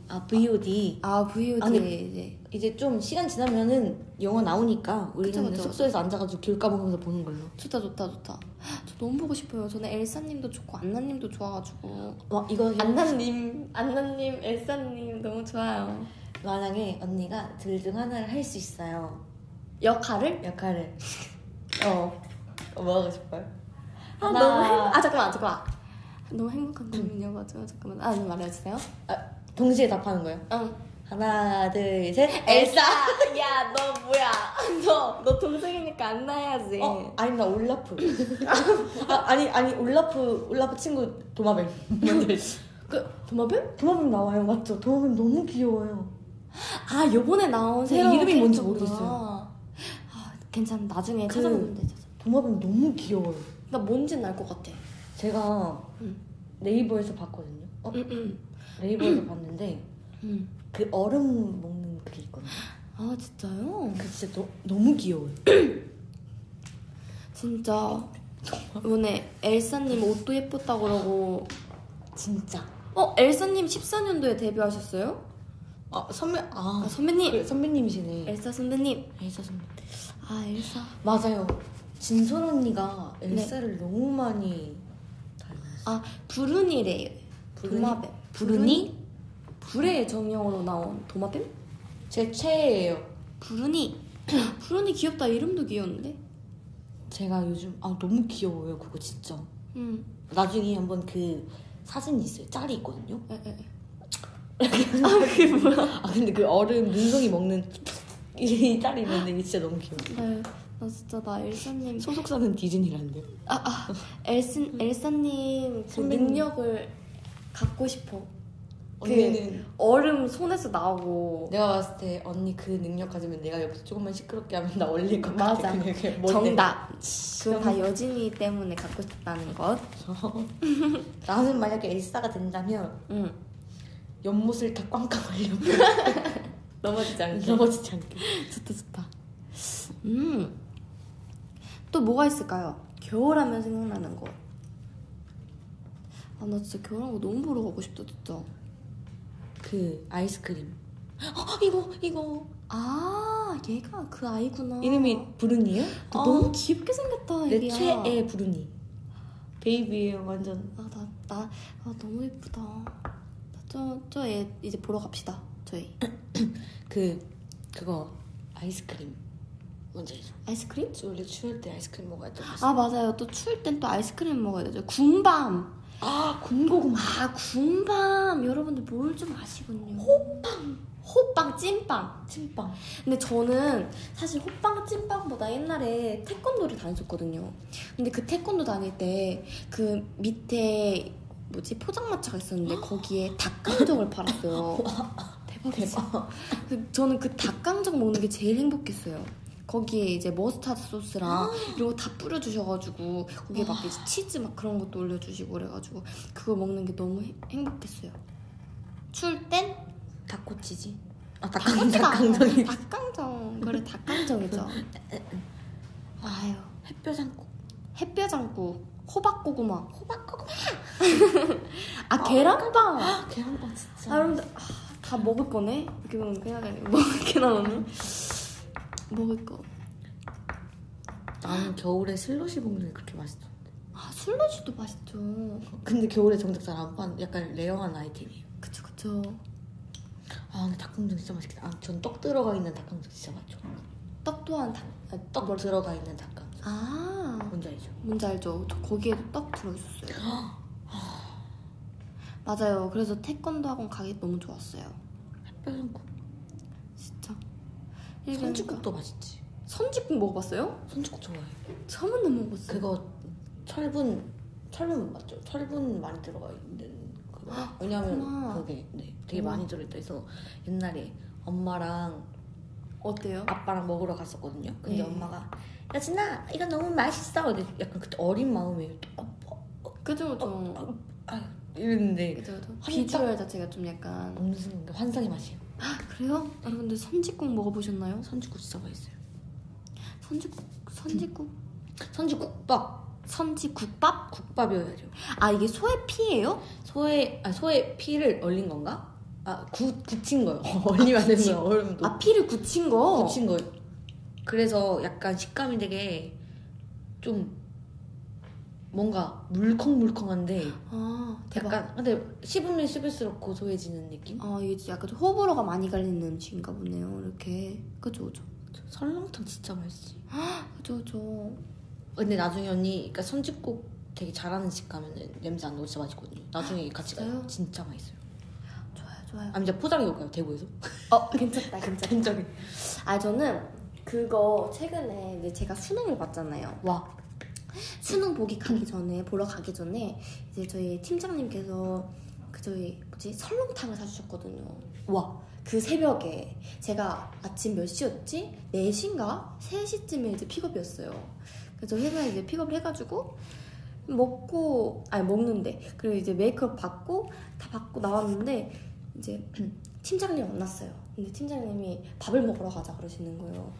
Speaker 2: 아, VOD.
Speaker 1: 아, VOD
Speaker 2: 아니,
Speaker 1: 이제.
Speaker 2: 이제 좀 시간 지나면은 영화 나오니까 우리는
Speaker 1: 그쵸, 그쵸.
Speaker 2: 숙소에서 앉아가지고 귤 까먹으면서 보는 걸로.
Speaker 1: 좋다, 좋다, 좋다. 저 너무 보고 싶어요. 저는 엘사님도 좋고 안나님도 좋아가지고.
Speaker 2: 와, 이거
Speaker 1: 안나님, 안나님, 엘사님 너무 좋아요.
Speaker 2: 만약에 언니가 둘 중 하나를 할 수 있어요.
Speaker 1: 역할을?
Speaker 2: 역할을. 어. 어, 뭐 하고 싶어요?
Speaker 1: 아,
Speaker 2: 하나.
Speaker 1: 너무 행... 아 잠깐만 잠깐만 너무 행복한 고민이어가지고 잠깐만 아 네, 말해주세요
Speaker 2: 동시에 답하는 거예요.
Speaker 1: 응
Speaker 2: 하나, 둘, 셋.
Speaker 1: 엘사 야 너 뭐야 너 너 동생이니까 안 나야지
Speaker 2: 어, 아니 나 올라프. 아, 아니 아니 올라프 올라프 친구 도마뱀. 뭔지 알죠?
Speaker 1: 그 도마뱀?
Speaker 2: 도마뱀 나와요 맞죠? 도마뱀 너무 귀여워요.
Speaker 1: 아 요번에 나온
Speaker 2: 제
Speaker 1: 새로운
Speaker 2: 이름이 뭔지
Speaker 1: 캐릭터구나.
Speaker 2: 모르겠어요.
Speaker 1: 아 괜찮아 나중에
Speaker 2: 그-
Speaker 1: 찾아보면 되죠
Speaker 2: 도마뱀 너무 귀여워요.
Speaker 1: 나 뭔진 알것 같아
Speaker 2: 제가
Speaker 1: 응.
Speaker 2: 네이버에서 봤거든요. 어?
Speaker 1: 음, 응응
Speaker 2: 네이버에서 봤는데
Speaker 1: 응.
Speaker 2: 그 얼음 먹는 그게
Speaker 1: 음.
Speaker 2: 있거든요.
Speaker 1: 아 진짜요?
Speaker 2: 그 진짜 너, 너무 귀여워요.
Speaker 1: 진짜 이번에 엘사님 옷도 예뻤다고 그러고
Speaker 2: 진짜.
Speaker 1: 어 엘사님 14년도에 데뷔하셨어요?
Speaker 2: 아 선배 아
Speaker 1: 아 선배님
Speaker 2: 그 선배님이시네.
Speaker 1: 엘사 선배님
Speaker 2: 엘사 선배.
Speaker 1: 아 엘사
Speaker 2: 맞아요. 진솔 언니가 엘사를 너무 많이 닮았어요.
Speaker 1: 아 부르니래요.
Speaker 2: 부르니?
Speaker 1: 도마뱀.
Speaker 2: 부르니?
Speaker 1: 불의 정령으로 나온 도마뱀?
Speaker 2: 제 최애예요.
Speaker 1: 부르니. 부르니 귀엽다. 이름도 귀여운데.
Speaker 2: 제가 요즘 아 너무 귀여워요 그거 진짜
Speaker 1: 음.
Speaker 2: 나중에 한번 그 사진이 있어요 짤이 있거든요
Speaker 1: 에, 에, 에.
Speaker 2: 아 근데 그 얼음 눈송이 먹는 이 짤이 있는데 이게 진짜 너무 귀여워
Speaker 1: 네. 나 진짜 나 엘사님.
Speaker 2: 소속사는 디즈니랜드
Speaker 1: 아 아. 엘슨 엘사님 그
Speaker 2: 선배님.
Speaker 1: 능력을 갖고 싶어.
Speaker 2: 언니는
Speaker 1: 얼음 손에서 나오고.
Speaker 2: 내가 봤을 때 언니 그 능력 가지면 내가 옆에서 조금만 시끄럽게 하면 나 얼릴 것 같아
Speaker 1: 맞아.
Speaker 2: 그냥 이렇게 머리
Speaker 1: 정답. 그건 다 여진이 때문에 갖고 싶다는 것.
Speaker 2: 내리면서. 나는 만약에 엘사가 된다면
Speaker 1: 응.
Speaker 2: 옆모습을 다 꽝꽝 하려고
Speaker 1: 넘어지지
Speaker 2: 넘어지지 않게
Speaker 1: 좋다 좋다. 음. 또 뭐가 있을까요? 겨울하면 생각나는 거. 아 나 진짜 겨울하고 너무 보러 가고 싶다 진짜.
Speaker 2: 그 아이스크림 어, 이거 이거
Speaker 1: 아 얘가 그 아이구나.
Speaker 2: 이름이 부르니예요? 그
Speaker 1: 너 너무 귀엽게 생겼다
Speaker 2: 내
Speaker 1: 애기야.
Speaker 2: 최애 부르니. 베이비예요 완전.
Speaker 1: 아나나 아, 너무 예쁘다. 저저 애 이제 보러 갑시다 저희.
Speaker 2: 그 그거 아이스크림 뭔지 알죠?
Speaker 1: 아이스크림?
Speaker 2: 저 원래 추울 때 아이스크림 먹어야 돼.
Speaker 1: 아 맞아요. 또 추울 땐 또 아이스크림 먹어야 되죠. 군밤.
Speaker 2: 아 군고구마.
Speaker 1: 아 군밤. 여러분들 뭘 좀 아시군요. 호빵. 호빵 찐빵.
Speaker 2: 찐빵.
Speaker 1: 근데 저는 사실 호빵 찐빵보다 옛날에 태권도를 다녔었거든요. 근데 그 태권도 다닐 때 그 밑에 뭐지 포장마차가 있었는데 거기에 닭강정을 팔았어요. 대박이지. 그- 저는 그 닭강정 먹는 게 제일 행복했어요. 거기에 이제 머스타드
Speaker 2: 아.
Speaker 1: 소스랑 이런 거 다 뿌려주셔가지고 거기에 막 이제 치즈 막 그런 것도 올려주시고 그래가지고 그걸 먹는 게 너무 해- 행복했어요. 추울 땐
Speaker 2: 닭꼬치지. 아
Speaker 1: 닭강정.
Speaker 2: 닭강정. 닭강정이.
Speaker 1: 닭강정. 그래 닭강정이죠. 아유
Speaker 2: 햇볕장국.
Speaker 1: 햇볕장국, 호박고구마,
Speaker 2: 호박고구마.
Speaker 1: 아 계란빵. 아
Speaker 2: 어. 아 계란빵 진짜.
Speaker 1: 여러분들 아, 다 먹을 거네. 이렇게 보면 그냥 그냥 먹을 게 나오네. 먹을 거.
Speaker 2: 나는 겨울에 슬롯이 먹는 게 그렇게 맛있어. 어,
Speaker 1: 아 술래주도 맛있죠.
Speaker 2: 근데 겨울에 정작 잘 안 파는 약간 레어한 아이템이에요.
Speaker 1: 그쵸 그쵸.
Speaker 2: 아 근데 닭강정 진짜 맛있겠다. 아, 전 떡 들어가 있는 닭강정 진짜 맛있죠.
Speaker 1: 떡 또한 다.
Speaker 2: 아니, 떡 들어가 있는 닭강정.
Speaker 1: 아
Speaker 2: 뭔지 알죠?
Speaker 1: 뭔지 알죠? 저 거기에도 떡 들어있었어요. 맞아요. 그래서 태권도 학원 가기 너무 좋았어요.
Speaker 2: 햇볕장국.
Speaker 1: 진짜.
Speaker 2: 네, 선지국도 맛있지.
Speaker 1: 선지국 먹어봤어요?
Speaker 2: 선지국 좋아해.
Speaker 1: 처음 은 먹어봤어요.
Speaker 2: 그거 철분 철분 맞죠? 철분 많이 들어가 있는 그거. 왜냐면
Speaker 1: 그렇구나.
Speaker 2: 그게 네, 되게
Speaker 1: 음.
Speaker 2: 많이 들어있다 해서 옛날에 엄마랑
Speaker 1: 어때요?
Speaker 2: 아빠랑 먹으러 갔었거든요. 근데
Speaker 1: 네.
Speaker 2: 엄마가 야 진아 이거 너무 맛있어. 근데 약간 그때 어린 마음에 또 어, 어,
Speaker 1: 그죠 그죠.
Speaker 2: 이랬는데
Speaker 1: 그죠 그죠.
Speaker 2: 환상?
Speaker 1: 비주얼 자체가 좀 약간 아,
Speaker 2: 먹는 순간 그 환상의 맛이에요.
Speaker 1: 그래요? 여러분들 선지국 먹어보셨나요?
Speaker 2: 선지국 진짜 맛있어요.
Speaker 1: 선지국 선지국
Speaker 2: 음. 선지국밥
Speaker 1: 선지국밥?
Speaker 2: 국밥이어야죠.
Speaker 1: 아 이게 소의 피예요?
Speaker 2: 소의 아 소의 피를 얼린 건가? 아구 굳힌 거요. 얼리면 안 되는 거요. 얼리면 또
Speaker 1: 아 피를 굳힌 거.
Speaker 2: 굳힌 거. 그래서 약간 식감이 되게 좀 뭔가 물컹물컹한데
Speaker 1: 아 대박.
Speaker 2: 약간 근데 씹으면 씹을수록 고소해지는 느낌?
Speaker 1: 아 이게 약간 좀 호불호가 많이 갈리는 음식인가 보네요. 이렇게 그죠 그죠.
Speaker 2: 설렁탕 진짜 맛있지.
Speaker 1: 그죠 그죠.
Speaker 2: 근데 나중에 언니 그러니까 선집국 되게 잘하는 집 가면 냄새 안 나고 진짜 맛있거든요. 나중에 같이 가요.
Speaker 1: 아, 진짜요?
Speaker 2: 진짜 맛있어요.
Speaker 1: 좋아요 좋아요.
Speaker 2: 아 이제 포장해 올까요? 대구에서?
Speaker 1: 어 괜찮다 괜찮다.
Speaker 2: 굉장히
Speaker 1: 아 저는 그거 최근에 이제 제가 수능을 봤잖아요.
Speaker 2: 와
Speaker 1: 수능 보기 가기 전에 보러 가기 전에 이제 저희 팀장님께서 그 저희 뭐지 설렁탕을 사주셨거든요.
Speaker 2: 와.
Speaker 1: 그 새벽에 제가 아침 몇 시였지? 4시인가? 3시쯤에 이제 픽업이었어요. 그래서 회사에 이제 픽업을 해가지고 먹고 아니 먹는데 그리고 이제 메이크업 받고 다 받고 나왔는데 이제 팀장님 만났어요. 근데 팀장님이 밥을 먹으러 가자 그러시는 거예요.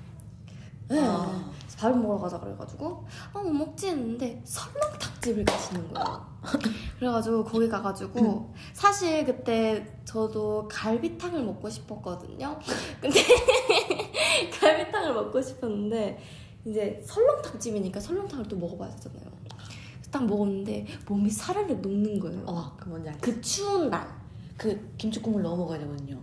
Speaker 1: 네.
Speaker 2: 아.
Speaker 1: 그래서 밥을 먹으러 가자 그래가지고 아 못 먹지 했는데 설렁탕집을 가시는 거예요. 그래가지고 거기 가가지고 사실 그때 저도 갈비탕을 먹고 싶었거든요. 근데 갈비탕을 먹고 싶었는데 이제 설렁탕집이니까 설렁탕을 또 먹어봐야 되잖아요. 그래서 딱 먹었는데 몸이 사르르 녹는 거예요.
Speaker 2: 와그 뭔지 알죠?
Speaker 1: 그 추운 날.
Speaker 2: 그 김치 국물 넣어 먹어야 되거든요.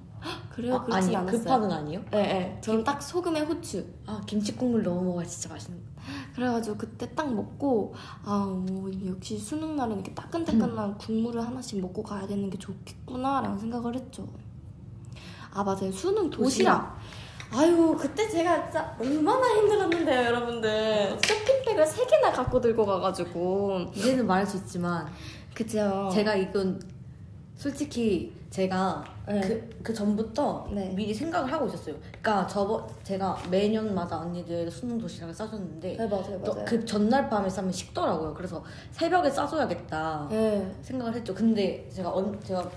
Speaker 1: 그래요?
Speaker 2: 아,
Speaker 1: 그렇진
Speaker 2: 아니요
Speaker 1: 않았어요.
Speaker 2: 급파는 아니에요?
Speaker 1: 예, 예. 저는 딱 소금에 후추.
Speaker 2: 아 김치 국물 넣어 먹어야 진짜 맛있는 거.
Speaker 1: 그래가지고 그때 딱 먹고 아 뭐, 역시 수능 날은 이렇게 따끈따끈한 국물을 하나씩 먹고 가야 되는 게 좋겠구나라는 생각을 했죠. 아 맞아요 수능 도시락. 아유 그때 제가 진짜 얼마나 힘들었는데요 여러분들 쇼핑백을 세 개나 갖고 들고 가가지고
Speaker 2: 이제는 말할 수 있지만
Speaker 1: 그죠?
Speaker 2: 제가 이건 솔직히 제가
Speaker 1: 네.
Speaker 2: 그, 그 전부터
Speaker 1: 네.
Speaker 2: 미리 생각을 하고 있었어요. 그러니까 저번 제가 매년마다 언니들 수능 도시락을 싸줬는데
Speaker 1: 네 맞아요
Speaker 2: 또
Speaker 1: 맞아요.
Speaker 2: 그 전날 밤에 싸면 식더라고요. 그래서 새벽에 싸줘야겠다
Speaker 1: 네.
Speaker 2: 생각을 했죠. 근데 제가 언 제가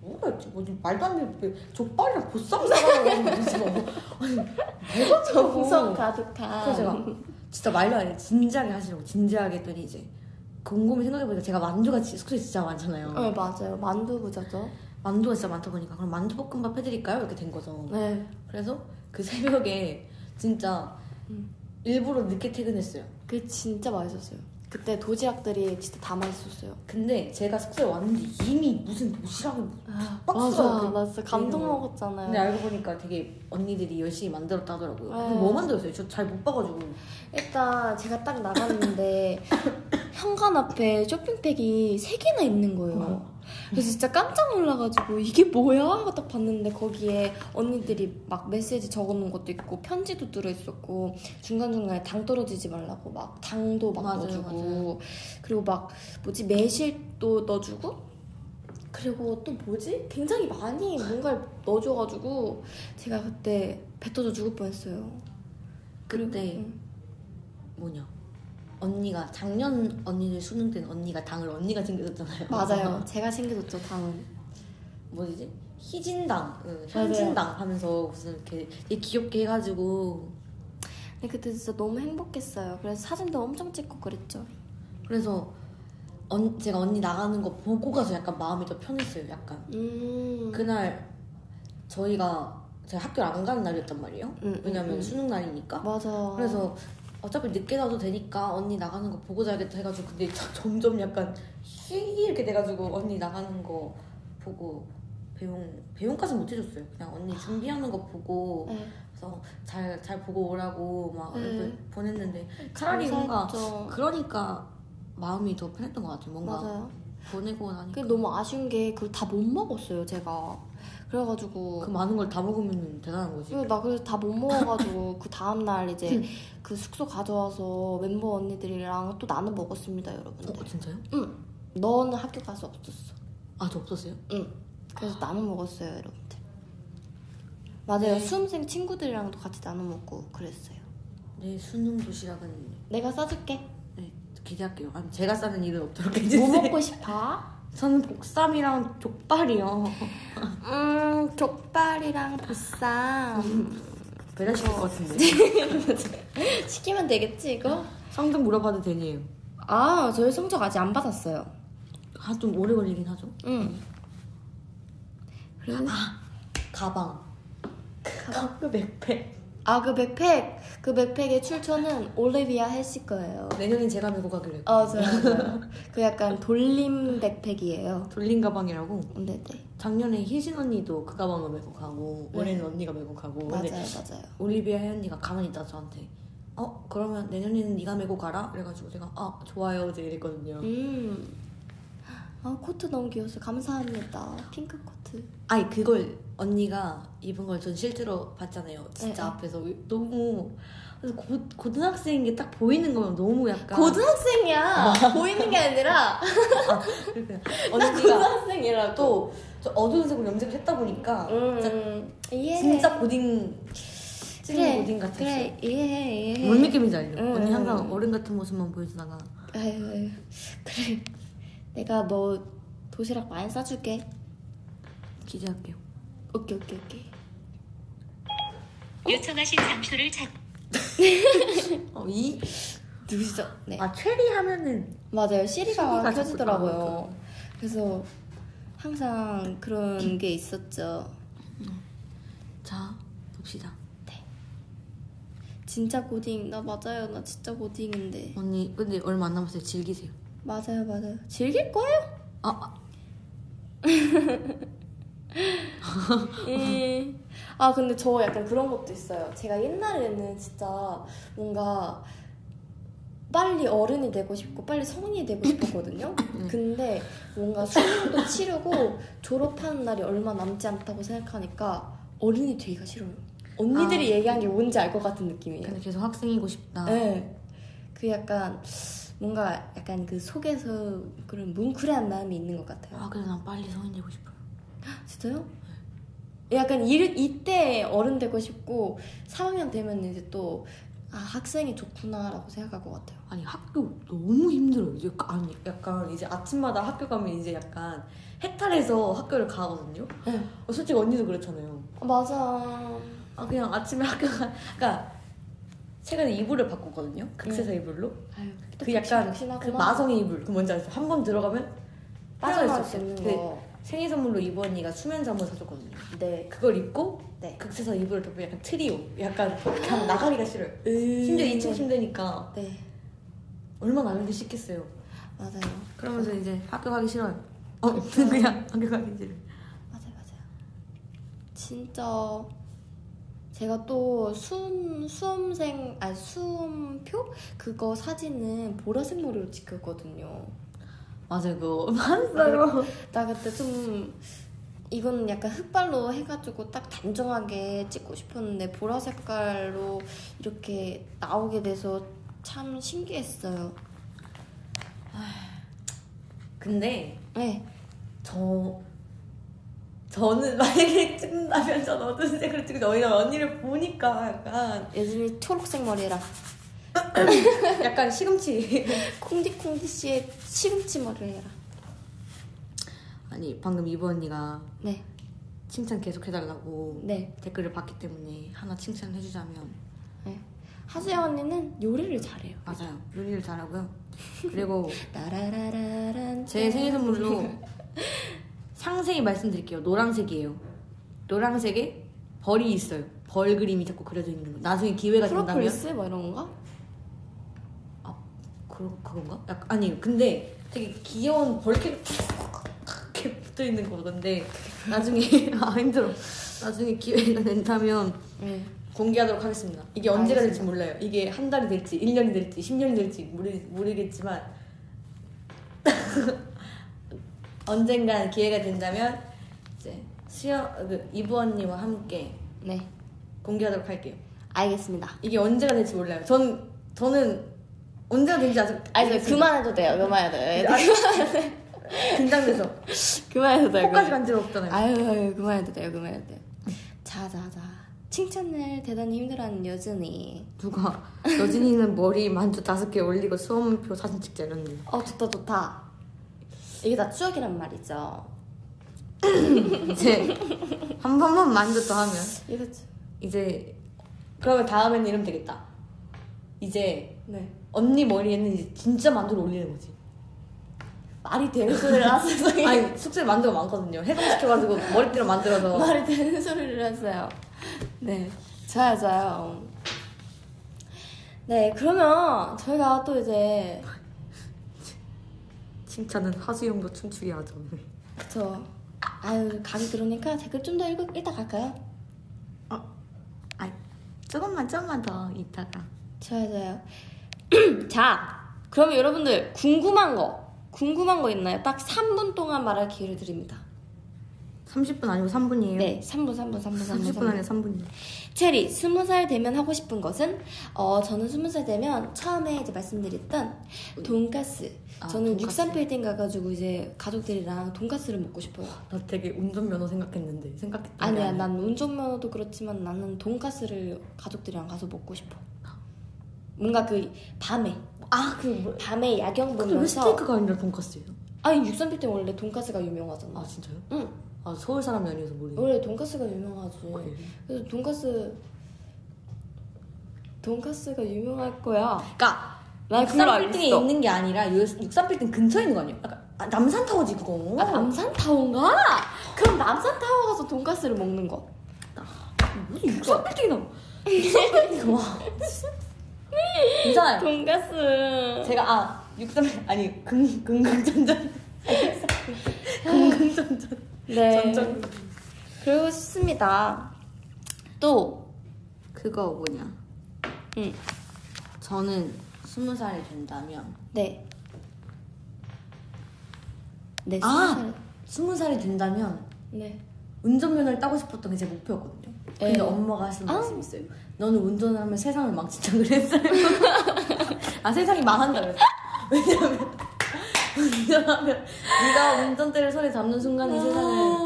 Speaker 2: 뭐라 했지? 뭐지? 말도 안 되는 왜 족발이랑 보쌈 싸라고 했는데 뭐 아니 배가
Speaker 1: 정성
Speaker 2: 차고
Speaker 1: 가득한.
Speaker 2: 그래서 제가 진짜 말도 안 해. 진지하게 하시라고 진지하게 했더니
Speaker 1: 어.
Speaker 2: 이제 곰곰이 생각해보니까 제가 만두가 지- 숙소에 진짜 많잖아요.
Speaker 1: 네 맞아요 만두 부자죠.
Speaker 2: 만두가 진짜 많다 보니까 그럼 만두볶음밥 해드릴까요? 이렇게 된 거죠.
Speaker 1: 네.
Speaker 2: 그래서 그 새벽에 진짜
Speaker 1: 음.
Speaker 2: 일부러 늦게 퇴근했어요.
Speaker 1: 그게 진짜 맛있었어요. 그때 도시락들이 진짜 다 맛있었어요.
Speaker 2: 근데 제가 숙소에 왔는데 이미 무슨 도시락이 박스가
Speaker 1: 맞아,
Speaker 2: 이렇게 네.
Speaker 1: 맞아. 감동 먹었잖아요.
Speaker 2: 근데 알고 보니까 되게 언니들이 열심히 만들었다 하더라고요.
Speaker 1: 네.
Speaker 2: 근데 뭐 만들었어요? 저 잘 못 봐가지고.
Speaker 1: 일단 제가 딱 나갔는데 현관 앞에 쇼핑백이 세 개나 있는 거예요.
Speaker 2: 어.
Speaker 1: 그래서 진짜 깜짝 놀라가지고 이게 뭐야? 하고 딱 봤는데 거기에 언니들이 막 메시지 적어놓은 것도 있고 편지도 들어있었고 중간중간에 당 떨어지지 말라고 막 당도 막
Speaker 2: 맞아요,
Speaker 1: 넣어주고
Speaker 2: 맞아요.
Speaker 1: 그리고 막 뭐지 매실도 넣어주고 그리고 또 뭐지? 굉장히 많이 뭔가를 넣어줘가지고 제가 그때 뱉어져 죽을 뻔했어요.
Speaker 2: 그때
Speaker 1: 음.
Speaker 2: 뭐냐? 언니가 작년 언니들 수능 때는 언니가 당을 언니가 챙겨줬잖아요.
Speaker 1: 맞아요. 제가 챙겨줬죠, 다음.
Speaker 2: 뭐지? 희진당, 응, 현진당 하면서 무슨 이렇게 되게 귀엽게 해가지고
Speaker 1: 근데 그때 진짜 너무 행복했어요. 그래서 사진도 엄청 찍고 그랬죠.
Speaker 2: 그래서 언, 제가 언니 나가는 거 보고 가서 약간 마음이 더 편했어요. 약간
Speaker 1: 음.
Speaker 2: 그날 저희가 제가 학교를 안 가는 날이었단 말이에요.
Speaker 1: 음, 음,
Speaker 2: 왜냐면
Speaker 1: 음.
Speaker 2: 수능 날이니까.
Speaker 1: 맞아.
Speaker 2: 그래서 어차피 늦게 자도 되니까 언니 나가는 거 보고 자야겠다 해가지고 근데 저- 점점 약간 휘 이렇게 돼가지고 언니 나가는 거 보고 배용 배용까지 못 해줬어요. 그냥 언니 준비하는 거 보고
Speaker 1: 네,
Speaker 2: 그래서 잘 잘 보고 오라고 막 이렇게
Speaker 1: 네.
Speaker 2: 보냈는데 차라리 뭔가
Speaker 1: 감사했죠.
Speaker 2: 그러니까 마음이 더 편했던 것 같아요. 뭔가
Speaker 1: 맞아요.
Speaker 2: 보내고 나니까
Speaker 1: 그게 너무 아쉬운 게 그걸 다 못 먹었어요, 제가. 그래가지고
Speaker 2: 그 많은 걸 다 먹으면 대단한 거지.
Speaker 1: 그리고 나 그래서 다 못 먹어가지고 그 다음 날 이제 그 숙소 가져와서 멤버 언니들이랑 또 나눠 먹었습니다, 여러분들.
Speaker 2: 어 진짜요?
Speaker 1: 너는 학교 가서 없었어.
Speaker 2: 아 저 없었어요?
Speaker 1: 그래서 나눠 먹었어요, 여러분들. 맞아요.
Speaker 2: 네.
Speaker 1: 수험생 친구들이랑도 같이 나눠 먹고 그랬어요.
Speaker 2: 내 수능 네, 도시락은
Speaker 1: 내가 싸줄게.
Speaker 2: 네, 기대할게요. 아니, 제가 싸는 일은 없도록 해주세요.
Speaker 1: 뭐 먹고 싶어?
Speaker 2: 저는 복삼이랑 족발이요.
Speaker 1: 음, 족발이랑 보쌈.
Speaker 2: 배달시킬 것 같은데.
Speaker 1: 시키면 되겠지, 이거?
Speaker 2: 네. 성적 물어봐도 되네요.
Speaker 1: 아, 저희 성적 아직 안 받았어요.
Speaker 2: 아, 좀 오래 걸리긴 하죠.
Speaker 1: 응. 그리고,
Speaker 2: 가방.
Speaker 1: 가방?
Speaker 2: 그 백팩.
Speaker 1: 아, 그 백팩. 그 백팩의 출처는 올리비아 헬시 거예요.
Speaker 2: 내년엔 제가 메고 가기로 했고.
Speaker 1: 어, 저요, 저요. 그 약간 돌림 백팩이에요.
Speaker 2: 돌린 가방이라고.
Speaker 1: 네네.
Speaker 2: 작년에 희진 언니도 그 가방을 메고 가고,
Speaker 1: 네.
Speaker 2: 올해는 언니가 메고 가고.
Speaker 1: 맞아요,
Speaker 2: 근데
Speaker 1: 맞아요.
Speaker 2: 올리비아 혜연이가 가만히 있다 저한테. 어, 그러면 내년에는 네가 메고 가라? 그래가지고 제가, 아, 좋아요. 이제 이랬거든요.
Speaker 1: 음. 아, 코트 너무 귀여워서 감사합니다. 핑크 코트.
Speaker 2: 아니 그걸 언니가 입은 걸 전 실제로 봤잖아요. 진짜
Speaker 1: 네.
Speaker 2: 앞에서 너무 그래서 고, 고등학생인 게 딱 보이는 거면 너무 약간
Speaker 1: 고등학생이야! 그러니까 보이는 게 아니라,
Speaker 2: 그러니까
Speaker 1: 나
Speaker 2: 언니가
Speaker 1: 고등학생이라고.
Speaker 2: 또저 어두운 색으로 염색을 했다 보니까 진짜,
Speaker 1: 음, 이해해.
Speaker 2: 진짜 고딩 찐
Speaker 1: 그래,
Speaker 2: 고딩 같았어.
Speaker 1: 그래 음. 이해해 이해해.
Speaker 2: 뭔 느낌인지 알죠?
Speaker 1: 응,
Speaker 2: 언니
Speaker 1: 응,
Speaker 2: 항상
Speaker 1: 응.
Speaker 2: 어른 같은 모습만 보여주다가
Speaker 1: 아유, 아유 그래 내가 뭐 도시락 많이 싸줄게.
Speaker 2: 기대할게요.
Speaker 1: 오케이 오케이 오케이.
Speaker 6: 요청하신 장소를 찾
Speaker 2: 어, 이?
Speaker 1: 누구시죠? 네
Speaker 2: 아 체리 하면은
Speaker 1: 맞아요 시리가
Speaker 2: 시리가
Speaker 1: 켜지더라고요.
Speaker 2: 자꾸
Speaker 1: 그래서 항상 그런 게 있었죠.
Speaker 2: 자 봅시다.
Speaker 1: 진짜 고딩 나 맞아요 나 진짜 고딩인데
Speaker 2: 언니 근데 얼마 안 남았어요. 즐기세요.
Speaker 1: 맞아요 맞아요 즐길 거예요?
Speaker 2: 아, 아
Speaker 1: 음. 아 근데 저 약간 그런 것도 있어요. 제가 옛날에는 진짜 뭔가 빨리 어른이 되고 싶고 빨리 성인이 되고 싶었거든요. 근데 뭔가 수능도 치르고 졸업하는 날이 얼마 남지 않다고 생각하니까 어른이 되기가 싫어요. 언니들이 얘기한 게 뭔지 알 것 같은 느낌이에요.
Speaker 2: 근데 계속 학생이고 싶다.
Speaker 1: 네. 그 약간 뭔가 약간 그 속에서 그런 뭉클한 마음이 있는 것 같아요.
Speaker 2: 아 그래 난 빨리 성인 되고 싶어요.
Speaker 1: 진짜요? 약간 이, 이때 어른 되고 싶고 3학년 되면 이제 또 아, 학생이 좋구나라고 생각할 것 같아요.
Speaker 2: 아니 학교 너무 힘들어요. 이제 가- 아니 약간 이제 아침마다 학교 가면 이제 약간 해탈해서 학교를 가거든요.
Speaker 1: 네.
Speaker 2: 어, 솔직히 언니도 그렇잖아요.
Speaker 1: 아, 맞아.
Speaker 2: 아 그냥 아침에 학교 가. 그러니까 최근에 이불을 바꿨거든요. 극세사 이불로.
Speaker 1: 아유,
Speaker 2: 그 약간 그
Speaker 1: 그
Speaker 2: 마성의 이불. 그 뭔지 아시죠? 한 번 들어가면
Speaker 1: 빠져나올
Speaker 2: 헤어질
Speaker 1: 수
Speaker 2: 있어요.
Speaker 1: 없는
Speaker 2: 네.
Speaker 1: 거.
Speaker 2: 생일 선물로 이브 언니가 수면 잠을 사줬거든요.
Speaker 1: 네.
Speaker 2: 그걸 입고
Speaker 1: 네.
Speaker 2: 극세서 이불을 덮고 약간 트리오, 약간 그렇게
Speaker 6: 아.
Speaker 2: 하면 나가기가 싫어요.
Speaker 6: 음.
Speaker 2: 심지어 2층 침대니까
Speaker 1: 네.
Speaker 2: 얼마나 알기 싫겠어요.
Speaker 1: 맞아요.
Speaker 6: 그러면서 이제 학교 가기 싫어요. 어, 그냥 학교 가기 싫어.
Speaker 1: 맞아요, 맞아요. 진짜 제가 또 수험 수험생 아니 수험표 그거 사진은 보라색 머리로 찍혔거든요.
Speaker 6: 맞아요, 그거.
Speaker 1: 나 그때 좀 이건 약간 흑발로 해가지고 딱 단정하게 찍고 싶었는데 보라 색깔로 이렇게 나오게 돼서 참 신기했어요.
Speaker 2: 근데
Speaker 1: 네,
Speaker 2: 저 저는 만약에 찍는다면 전 어떤 색으로 찍을지 언니가 언니를 보니까 약간
Speaker 1: 요즘이 초록색 머리라
Speaker 2: 약간 시금치
Speaker 1: 콩디콩디 씨의 시금치 머리를 해라.
Speaker 6: 아니, 방금 이브 언니가
Speaker 1: 네,
Speaker 6: 칭찬 계속 해달라고
Speaker 1: 네.
Speaker 6: 댓글을 봤기 때문에 하나 칭찬해주자면
Speaker 1: 하수영 언니는 요리를 잘해요.
Speaker 6: 맞아요. 요리를 잘하고요. 그리고
Speaker 1: 따라라라란
Speaker 6: 제 생일
Speaker 1: 음.
Speaker 6: 선물로 상세히 말씀드릴게요. 노란색이에요. 노란색에 벌이 있어요. 벌 그림이 자꾸 그려져 있는 거. 나중에 기회가 된다면
Speaker 1: 프로폴리스 뭐 이런 건가?
Speaker 6: 그 그건가?
Speaker 2: 약간 아니 근데 되게 귀여운 벌게 이렇게 붙어 있는 거던데
Speaker 6: 나중에 아 힘들어. 나중에 기회가 된다면
Speaker 1: 네.
Speaker 2: 공개하도록 하겠습니다. 이게 언제가 될지
Speaker 1: 알겠습니다.
Speaker 2: 몰라요. 이게 한 달이 될지, 1년이 될지, 10년이 될지 모르, 모르겠지만 언젠간 기회가 된다면 이제 수여 그 이브 언니와 함께
Speaker 1: 네.
Speaker 2: 공개하도록 할게요.
Speaker 1: 알겠습니다.
Speaker 2: 이게 언제가 될지 몰라요. 전 저는 언제가 될지 아직
Speaker 1: 아니
Speaker 2: 모르겠어요.
Speaker 1: 그만해도 돼요. 그만해도 돼요.
Speaker 2: 긴장돼서
Speaker 6: 네,
Speaker 1: 그만해도 돼요.
Speaker 2: 코까지 간 적 없잖아요.
Speaker 1: 아유, 아유 그만해도 돼요. 그만해도 돼요. 자자자. 칭찬을 대단히 힘들어하는 여준이.
Speaker 6: 누가 여진이는 머리 만두 다섯 개 올리고 수험표 사진 찍자 이런데
Speaker 1: 어 좋다 좋다. 이게 다 추억이란 말이죠.
Speaker 6: 이제 한 번만 만두 더 하면
Speaker 1: 이거 추-
Speaker 6: 이제
Speaker 2: 그러면 다음에는 이러면 되겠다. 이제
Speaker 1: 네.
Speaker 2: 언니 머리에는 이제 진짜 만두를 올리는 거지.
Speaker 1: 말이 되는 소리를 하세요.
Speaker 2: 아니 숙소에 만두가 많거든요. 해동시켜가지고 머리띠로 만들어서
Speaker 1: 말이 되는 소리를 했어요. 네, 좋아요, 좋아요. 네, 그러면 저희가 또 이제
Speaker 6: 칭찬은 하수영도 춤추게 하죠.
Speaker 1: 그쵸. 아유 강의 들으니까 댓글 좀 더 읽고 읽다 갈까요?
Speaker 6: 아 조금만 조금만 더 이따가
Speaker 1: 좋아요, 좋아요. 자, 그러면 여러분들 궁금한 거 궁금한 거 있나요? 딱 3분 동안 말할 기회를 드립니다.
Speaker 6: 30분 아니고 3분이에요.
Speaker 1: 네, 3분, 3분, 3분, 3분,
Speaker 6: 30분 아니고 3분이에요.
Speaker 1: 체리, 스무 살 되면 하고 싶은 것은? 어, 저는 스무 살 되면 처음에 이제 말씀드렸던 돈가스.
Speaker 6: 아,
Speaker 1: 저는
Speaker 6: 돈가스.
Speaker 1: 육산 빌딩 가가지고 이제 가족들이랑 돈가스를 먹고 싶어요.
Speaker 2: 나 되게 운전면허 생각했는데 생각했던 게
Speaker 1: 아니야, 난 운전면허도 그렇지만 나는 돈가스를 가족들이랑 가서 먹고 싶어. 뭔가 그 밤에
Speaker 2: 아 그게 뭐
Speaker 1: 밤에 야경
Speaker 2: 근데 왜
Speaker 1: 보면서
Speaker 2: 스테이크가 아니라 돈까스예요?
Speaker 1: 아니 육산 빌딩 원래 돈가스가 유명하잖아.
Speaker 2: 아 진짜요?
Speaker 1: 응,
Speaker 2: 아 서울 사람이 아니어서 모르겠네.
Speaker 1: 원래 돈가스가 유명하지. 그래서 돈가스 돈가스가 유명할 거야.
Speaker 2: 그러니까
Speaker 1: 난 그걸 알고
Speaker 2: 육산빌딩에
Speaker 1: 있어.
Speaker 2: 있는 게 아니라 육산빌딩 근처에 있는 거 아니에요? 약간 아, 남산타워지 그거.
Speaker 1: 아, 남산타워인가? 그럼 남산타워 가서 돈가스를 먹는 거. 아,
Speaker 2: 무슨 육산빌딩이 나? 육산빌딩이 와. 이상해요.
Speaker 1: 돈가스.
Speaker 2: 제가 아 육삼 아니 긍 긍긍전전 긍긍전전
Speaker 1: 네.
Speaker 2: 전전
Speaker 1: 그러고 싶습니다. 또,
Speaker 6: 그거 뭐냐?
Speaker 1: 응.
Speaker 6: 저는
Speaker 2: 스무 살이 된다면
Speaker 1: 네. 네, 스무
Speaker 2: 아!
Speaker 1: 살.
Speaker 2: 스무 살이 된다면
Speaker 1: 네.
Speaker 2: 운전면허를 따고 싶었던 게 제 목표였거든요. 근데
Speaker 1: 네.
Speaker 2: 엄마가 하신
Speaker 1: 아.
Speaker 2: 말씀이 있어요. 너는 운전을 하면 세상을 망친다 그랬어요. 아 세상이 망한다 그랬어. 왜냐면 운전하면 네가 운전대를 손에 잡는 순간 이
Speaker 1: 아.
Speaker 2: 세상을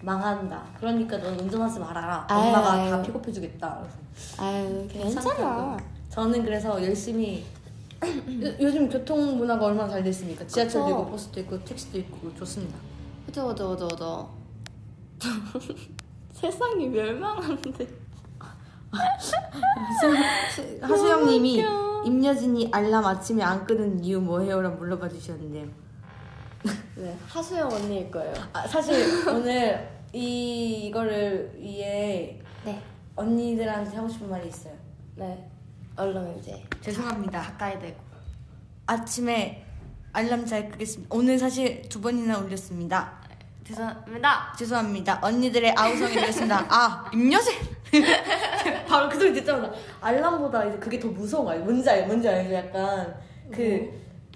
Speaker 2: 망한다. 그러니까 넌 운전하지 말아라.
Speaker 1: 아유,
Speaker 2: 엄마가
Speaker 1: 아유.
Speaker 2: 다 피곤해 주겠다. 그래서
Speaker 1: 아유, 괜찮아.
Speaker 2: 저는 그래서 열심히 요, 요즘 교통 문화가 얼마나 잘 됐습니까? 지하철도
Speaker 1: 그쵸.
Speaker 2: 있고 버스도 있고 택시도 있고 뭐 좋습니다.
Speaker 1: 그죠, 그죠, 그죠, 그죠. 세상이 멸망하는데.
Speaker 6: 하수영님이
Speaker 1: 너무 아, 웃겨.
Speaker 6: 임여진이 알람 아침에 안 끄는 이유 뭐해요라 물어봐 주셨는데
Speaker 1: 네, 하수영 언니일 거예요.
Speaker 2: 아, 사실 오늘 이 이거를 위해
Speaker 1: 네.
Speaker 2: 언니들한테 하고 싶은 말이 있어요.
Speaker 1: 네. 얼른 이제
Speaker 2: 죄송합니다.
Speaker 1: 가까이 대고.
Speaker 2: 아침에 알람 잘 끄겠습니다. 오늘 사실 두 번이나 올렸습니다.
Speaker 1: 죄송합니다.
Speaker 2: 죄송합니다. 언니들의 아우성이 되었습니다. 아, 임여세. 바로 그 소리 듣자마자 알람보다 이제 그게 더 무서운 거 아니에요? 뭔지 알아요? 뭔지 알아요? 약간 그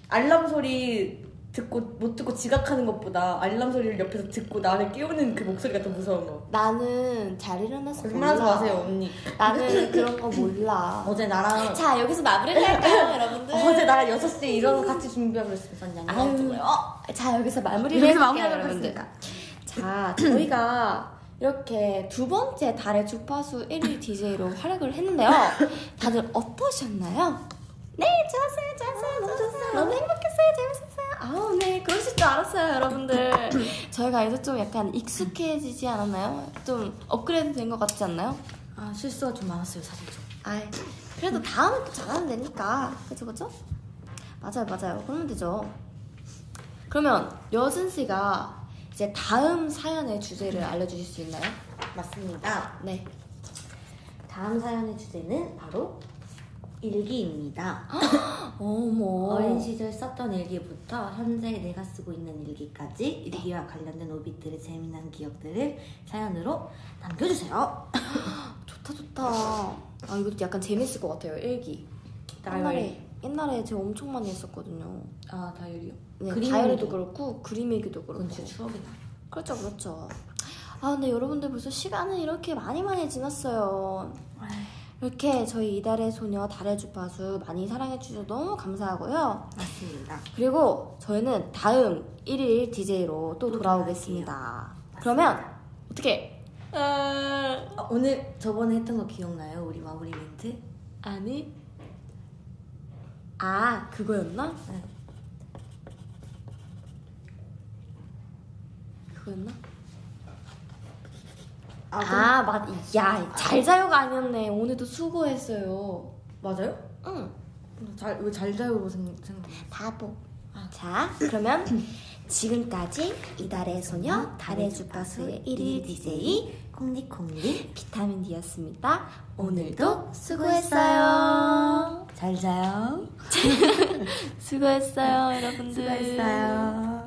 Speaker 2: 알람 소리 듣고 못 듣고 지각하는 것보다 알람 소리를 옆에서 듣고 나를 깨우는 그 목소리가 더 무서운 거.
Speaker 1: 나는 잘
Speaker 7: 그러니까.
Speaker 1: 일어나서
Speaker 2: 거짓말하지
Speaker 1: 몰라.
Speaker 2: 마세요, 언니.
Speaker 1: 나는 그런 거 몰라.
Speaker 2: 어제 나랑
Speaker 1: 자 여기서 마무리를 할까요, 여러분들?
Speaker 7: 네.
Speaker 2: 어제 나랑 6시에 일어나서 같이 준비하고 그랬으면 전 양말
Speaker 1: 아유. 어,
Speaker 2: 없고요.
Speaker 1: 자 여기서 마무리를
Speaker 2: 여기서
Speaker 1: 할게요,
Speaker 2: 마무리하도록
Speaker 1: 여러분들.
Speaker 2: 하겠습니다.
Speaker 1: 자 저희가 이렇게 두 번째 달의 주파수 1위 DJ로 활약을 했는데요. 다들 어떠셨나요? 네, 좋았어요, 좋았어요, 아, 너무 좋았어요, 너무 행복했어요, 재밌었어요. 아우, 네, 그러실 줄 알았어요, 여러분들. 저희가 이제 좀 약간 익숙해지지 않았나요? 좀 업그레이드 된 것 같지 않나요?
Speaker 2: 아, 실수가 좀 많았어요, 사실 좀.
Speaker 1: 아이, 그래도 다음에 또 잘하면 되니까. 그죠, 그죠? 맞아요, 맞아요. 그러면 되죠. 그러면 여진 씨가 이제 다음 사연의 주제를 알려주실 수 있나요?
Speaker 7: 맞습니다.
Speaker 1: 네.
Speaker 7: 다음 사연의 주제는 바로 일기입니다.
Speaker 1: 어머.
Speaker 2: 아,
Speaker 7: 어린 시절 썼던 일기부터 현재 내가 쓰고 있는 일기까지 일기와 관련된 오빛들의 재미난 기억들을 사연으로 남겨주세요.
Speaker 1: 좋다, 좋다. 아, 이것도 약간 재밌을 것 같아요, 일기. 옛날에, 옛날에 제가 엄청 많이 했었거든요.
Speaker 2: 아, 다이어리요?
Speaker 1: 네,
Speaker 2: 그림
Speaker 1: 다이어리도
Speaker 2: 일기.
Speaker 1: 그렇고, 그림 일기도 그렇고.
Speaker 2: 그건 진짜 추억이다.
Speaker 1: 그렇죠, 그렇죠. 아, 근데 여러분들 벌써 시간은 이렇게 많이 많이 지났어요. 이렇게 저희 이달의 소녀 달의 주파수 많이 사랑해주셔서 너무 감사하고요.
Speaker 7: 맞습니다.
Speaker 1: 그리고 저희는 다음 1일 DJ로 또
Speaker 7: 또
Speaker 1: 돌아오겠습니다. 그러면 어떻게?
Speaker 7: 어, 오늘 저번에 했던 거 기억나요? 우리 마무리 멘트?
Speaker 1: 아니. 아, 그거였나?
Speaker 7: 네.
Speaker 1: 그거였나?
Speaker 7: 아,
Speaker 1: 아, 맞, 야, 잘 자요가 아니었네. 오늘도 수고했어요.
Speaker 2: 맞아요?
Speaker 1: 응.
Speaker 2: 잘, 왜 잘 자요 뭐 생각, 생각.
Speaker 1: 바보. 아, 자, 그러면 지금까지 이달의 소녀 달의 주파수의 1일 DJ
Speaker 7: 콩디콩디
Speaker 1: 비타민 D였습니다. 오늘도 수고했어요.
Speaker 7: 잘 자요.
Speaker 1: 수고했어요, 여러분들.
Speaker 2: 네.
Speaker 7: 수고했어요.